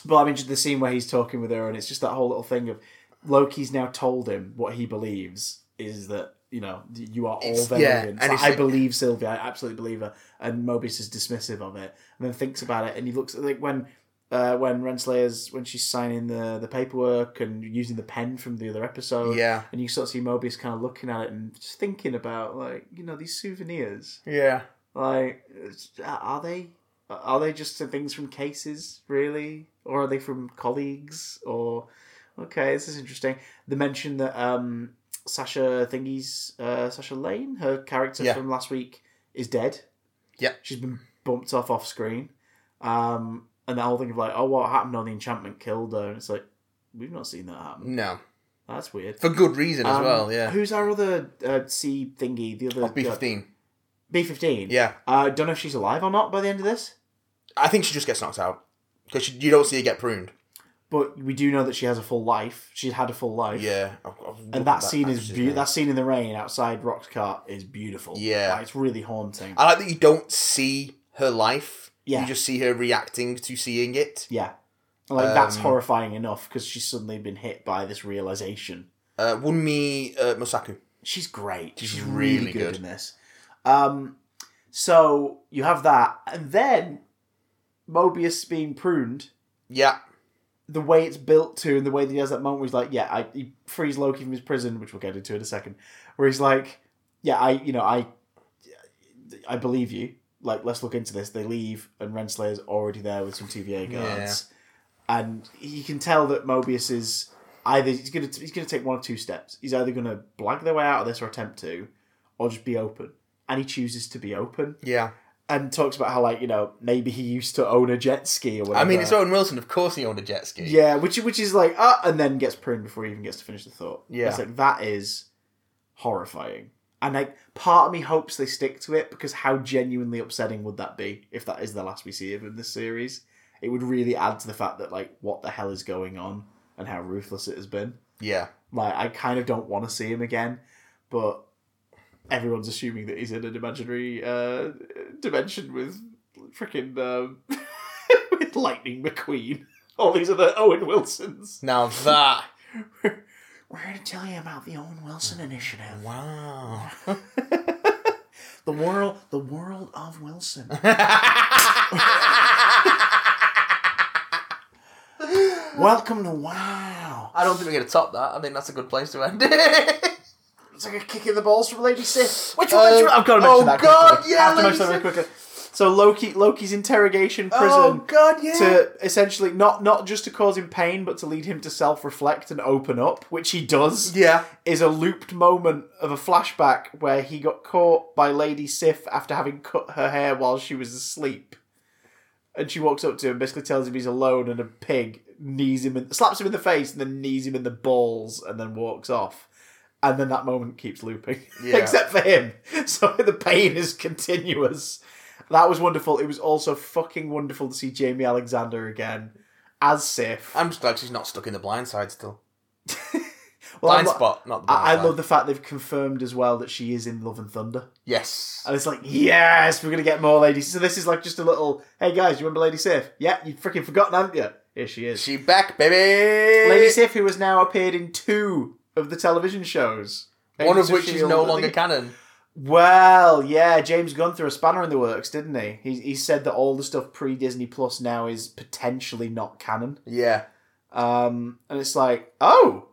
but I mean, just the scene where he's talking with her, and it's just that whole little thing of Loki's now told him what he believes is that you know you are all
It's-
Venerians.
yeah, and
Like,
it's
I
like-
believe Sylvia, I absolutely believe her, and Mobius is dismissive of it, and then thinks about it, and he looks at like when. Uh, when Renslayer's when she's signing the, the paperwork and using the pen from the other episode,
Yeah.
and you sort of see Mobius kind of looking at it and just thinking about like you know these souvenirs,
Yeah.
like, it's- are they? Are they just some things from cases, really, or are they from colleagues? Or okay, this is interesting. The mention that um, Sasha thingy's uh, Sasha Lane, her character
Yeah.
from last week, is dead.
Yeah.
she's been bumped off off screen, um, and the whole thing of like, oh, what happened on the enchantment killed her? And it's like, we've not seen that happen.
No.
That's weird.
For good reason Mm. as
Um,
well. Yeah.
Who's our other uh, C thingy? The other
Of B fifteen.
B fifteen.
Yeah.
Uh, don't know if she's alive or not by the end of this,
I think she just gets knocked out because you don't see her get pruned.
but we do know that she has a full life. She's had a full life.
Yeah, I've- I've looked at
And that scene is
actually.
be- that scene in the rain outside Rock's car is beautiful.
Yeah.
Like, it's really haunting.
I like that you don't see her life.
Yeah.
You just see her reacting to seeing it.
Yeah. Like
Um,
that's horrifying enough because she's suddenly been hit by this realization.
Uh, Wunmi uh, Mosaku.
She's great. She's,
really
really, good,
good.
in this. Um, so you have that, and then Mobius being pruned.
Yeah.
The way it's built to, and the way that he has that moment where he's like, "Yeah, I," he frees Loki from his prison, which we'll get into in a second. Where he's like, "Yeah, I, you know, I, I believe you. Like, let's look into this." They leave, and Renslayer's already there with some TVA guards, and he can tell that Mobius is either he's gonna he's gonna take one of two steps. He's either gonna blag their way out of this or attempt to, or just be open. And he chooses to be open,
Yeah.
and talks about how like you know maybe he used to own a jet ski or whatever.
I mean, it's Owen Wilson. Of course, he owned a jet ski.
Yeah, which which is like ah, and then gets pruned before he even gets to finish the thought.
Yeah.
it's like that is horrifying, and like part of me hopes they stick to it because how genuinely upsetting would that be if that is the last we see of him in this series? It would really add to the fact that like what the hell is going on and how ruthless it has been.
Yeah.
Like I kind of don't want to see him again, but everyone's assuming that he's in an imaginary uh, dimension with freaking um, with Lightning McQueen. All these other Owen Wilsons.
Now that.
We're here to tell you about the Owen Wilson Initiative.
wow.
The world, the world of Wilson. Welcome to Wow.
I don't think we're going to top that. I think that's a good place to end it.
It's like a kick in the balls from Lady Sith. Which
one did you-
I've got to
oh
mention that.
God,
quickly.
yeah,
I have to mention
Lady
that really quickly. So Loki, Loki's interrogation prison.
Oh, God, yeah.
to essentially not not just to cause him pain, but to lead him to self reflect and open up, which he does.
Yeah.
is a looped moment of a flashback where he got caught by Lady Sif after having cut her hair while she was asleep, and she walks up to him, basically tells him he's alone and a pig, knees him, in, slaps him in the face, and then knees him in the balls, and then walks off. And then that moment keeps looping,
Yeah.
except for him. So the pain is continuous. That was wonderful. It was also fucking wonderful to see Jamie Alexander again as Sif.
I'm just glad she's not stuck in the blind side still.
Well, I'm
blind
lo-
spot, not the blind
I, I
side.
love the fact they've confirmed as well that she is in Love and Thunder.
Yes.
And it's like, yes, we're going to get more ladies. So this is like just a little, hey guys, you remember Lady Sif? Yeah, you've freaking forgotten, haven't you? Here she is.
She back, baby.
Lady Sif, who has now appeared in two of the television shows.
One
Agents
of which is
S.H.I.E.L.D.,
no
I think
longer
it-
canon.
Well, yeah, James Gunn threw a spanner in the works, didn't he? He, he said that all the stuff pre Disney Plus now is potentially not canon.
Yeah.
Um, and it's like, oh,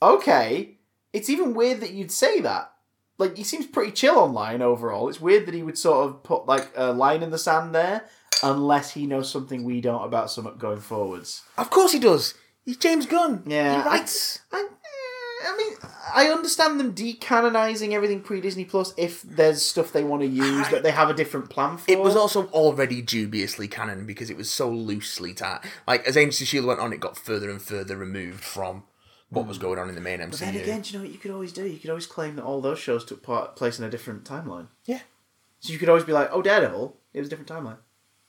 okay. It's even weird that you'd say that. Like, he seems pretty chill online overall. It's weird that he would sort of put, like, a line in the sand there unless he knows something we don't about something going forwards.
Of course he does. He's James Gunn.
Yeah,
He
I-
writes.
I, eh, I mean, I understand them decanonizing everything pre Disney Plus if there's stuff they want to use that they have a different plan for.
It was also already dubiously canon because it was so loosely tied. Like as Agents of Shield E went on, it got further and further removed from what was going on in the main MCU.
But then Hmm. again, do you know what you could always do? You could always claim that all those shows took part, place in a different timeline.
yeah,
So you could always be like, oh, Daredevil, it was a different timeline.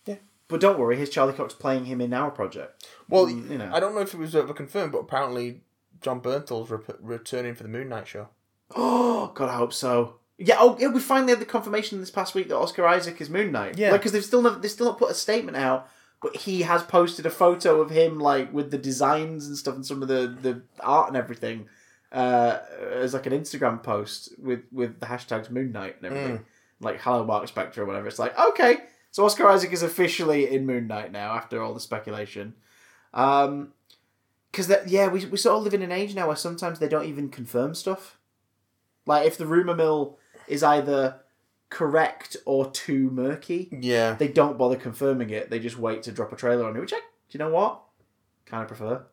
yeah.
But don't worry, here's Charlie Cox playing him in our project. Mm,
Well,
you know.
I don't know if it was ever confirmed, but apparently John Bernthal's re- returning for the Moon Knight show.
Oh, God, I hope so. Yeah, oh, yeah, we finally had the confirmation this past week that Oscar Isaac is Moon Knight.
Yeah.
Because they've still not, they've still not put a statement out, but he has posted a photo of him, like, with the designs and stuff and some of the, the art and everything, uh, as, like, an Instagram post with, with the hashtags Moon Knight and everything. Like, hello, Mark Spector or whatever. It's like, okay, so Oscar Isaac is officially in Moon Knight now after all the speculation. Um, because that yeah we, we sort of live in an age now where sometimes they don't even confirm stuff like if the rumor mill is either correct or too murky
Yeah,
they don't bother confirming it they just wait to drop a trailer on it which i do you know what kind of prefer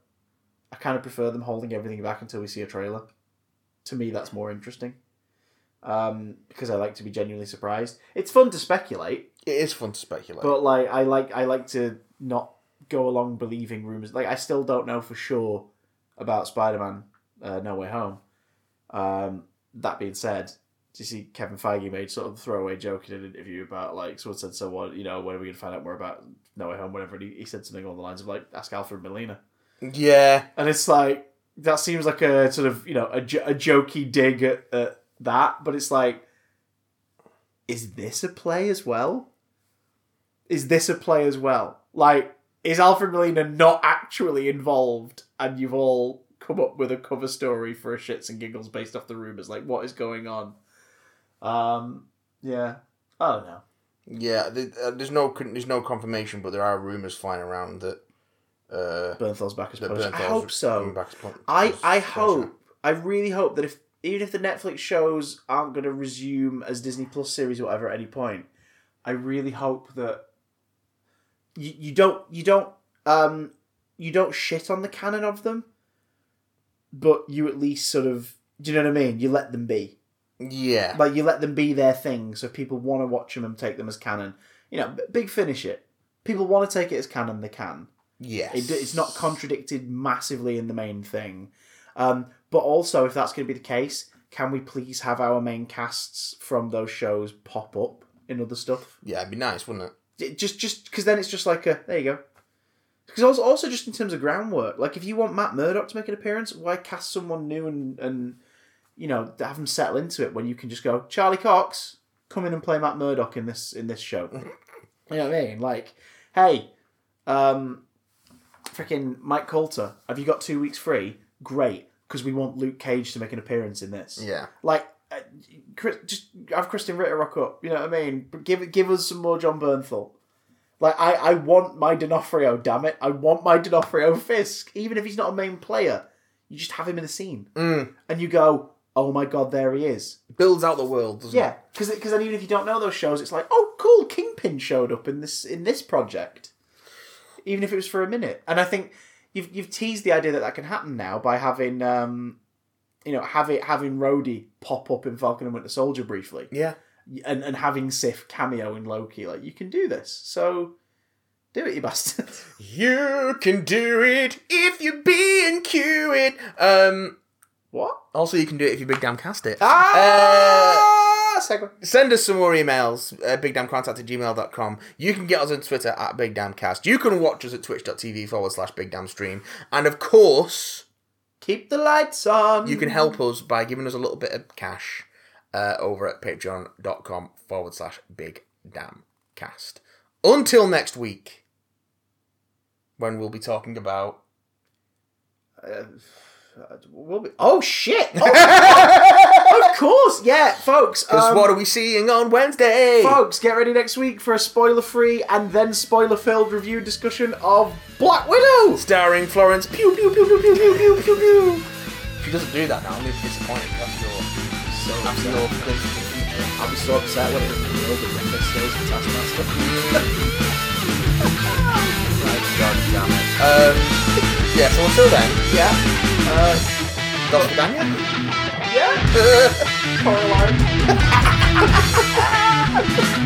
i kind of prefer them holding everything back until we see a trailer to me that's more interesting um, because i like to be genuinely surprised it's fun to speculate
it is fun to speculate.
but like I like I like to not go along believing rumors. Like I still don't know for sure about Spider-Man uh, No Way Home. Um, that being said, do you see Kevin Feige made sort of a throwaway joke in an interview about like someone said so what you know when are we gonna find out more about No Way Home whatever and he, he said something along the lines of like ask Alfred Molina
yeah,
and it's like that seems like a sort of you know a, jo- a jokey dig at, at that but it's like is this a play as well is this a play as well? Like, is Alfred Molina not actually involved and you've all come up with a cover story for a shits and giggles based off the rumours? Like, what is going on? Um, yeah. I don't know.
Yeah, the, uh, there's no con- there's no confirmation, but there are rumors flying around that uh,
Bernthal's back as
that
post. I
Bernthal's
hope so.
coming back as pl-
I,
as
I
Punisher.
hope, I really hope that if, even if the Netflix shows aren't going to resume as Disney Plus series or whatever at any point, I really hope that you, you don't, you don't, um, you don't shit on the canon of them, but you at least sort of, do you know what I mean? You let them be.
Yeah,
Like, you let them be their thing, so people want to watch them and take them as canon. You know, b- big finish it. People want to take it as canon, they can.
yes.
It, it's not contradicted massively in the main thing. Um, but also, if that's going to be the case, can we please have our main casts from those shows pop up in other stuff?
yeah, it'd be nice, wouldn't it?
It just just because then it's just like a there you go. Because also, also just in terms of groundwork, like if you want Matt Murdock to make an appearance, why cast someone new and and you know have them settle into it when you can just go Charlie Cox come in and play Matt Murdock in this in this show. you know what I mean? Like, hey, um, freaking Mike Coulter, have you got two weeks free? Great, because we want Luke Cage to make an appearance in this.
Yeah,
Like, uh, Chris, just have Kristen Ritter rock up. You know what I mean? But Give give us some more John Bernthal. Like, I, I want my D'Onofrio, damn it. I want my D'Onofrio Fisk. Even if he's not a main player, you just have him in a scene.
Hmm.
And you go, oh my god, there he is.
builds out the world, doesn't
Yeah, because then even if you don't know those shows, it's like, oh, cool, Kingpin showed up in this in this project, even if it was for a minute. And I think you've you've teased the idea that that can happen now by having um, you know, having having Rhodey pop up in Falcon and Winter Soldier briefly,
it? Yeah,
and and having Sif cameo in Loki. Like you can do this, so do it, you bastards.
You can do it if you be and cue it. Um,
what?
also, you can do it if you big damn cast it. Uh,
Ah, segue.
send us some more emails, uh, bigdamcontact at gmail.com. You can get us on Twitter at bigdamcast. You can watch us at twitch.tv forward slash bigdamstream. And of course,
Keep the lights on.
you can help us by giving us a little bit of cash uh, over at patreon.com forward slash bigdamcast. Until next week, when we'll be talking about
Uh, we'll be- oh shit! Oh, of course, yeah, folks.
Because
um,
what are we seeing on Wednesday?
folks, get ready next week for a spoiler-free and then spoiler-filled review discussion of Black Widow.
Starring Florence Pew Pew Pew Pew Pew Pew Pew Pew Pew. She doesn't do that now. I'm just disappointed. That's your,
So
that's your place.
I'll be so upset when it revealed that Netflix stays with Taskmaster.
God damn it. Um, yeah, so until then,
Yeah, Uh,
Dr. Daniel.
yeah. Coraline.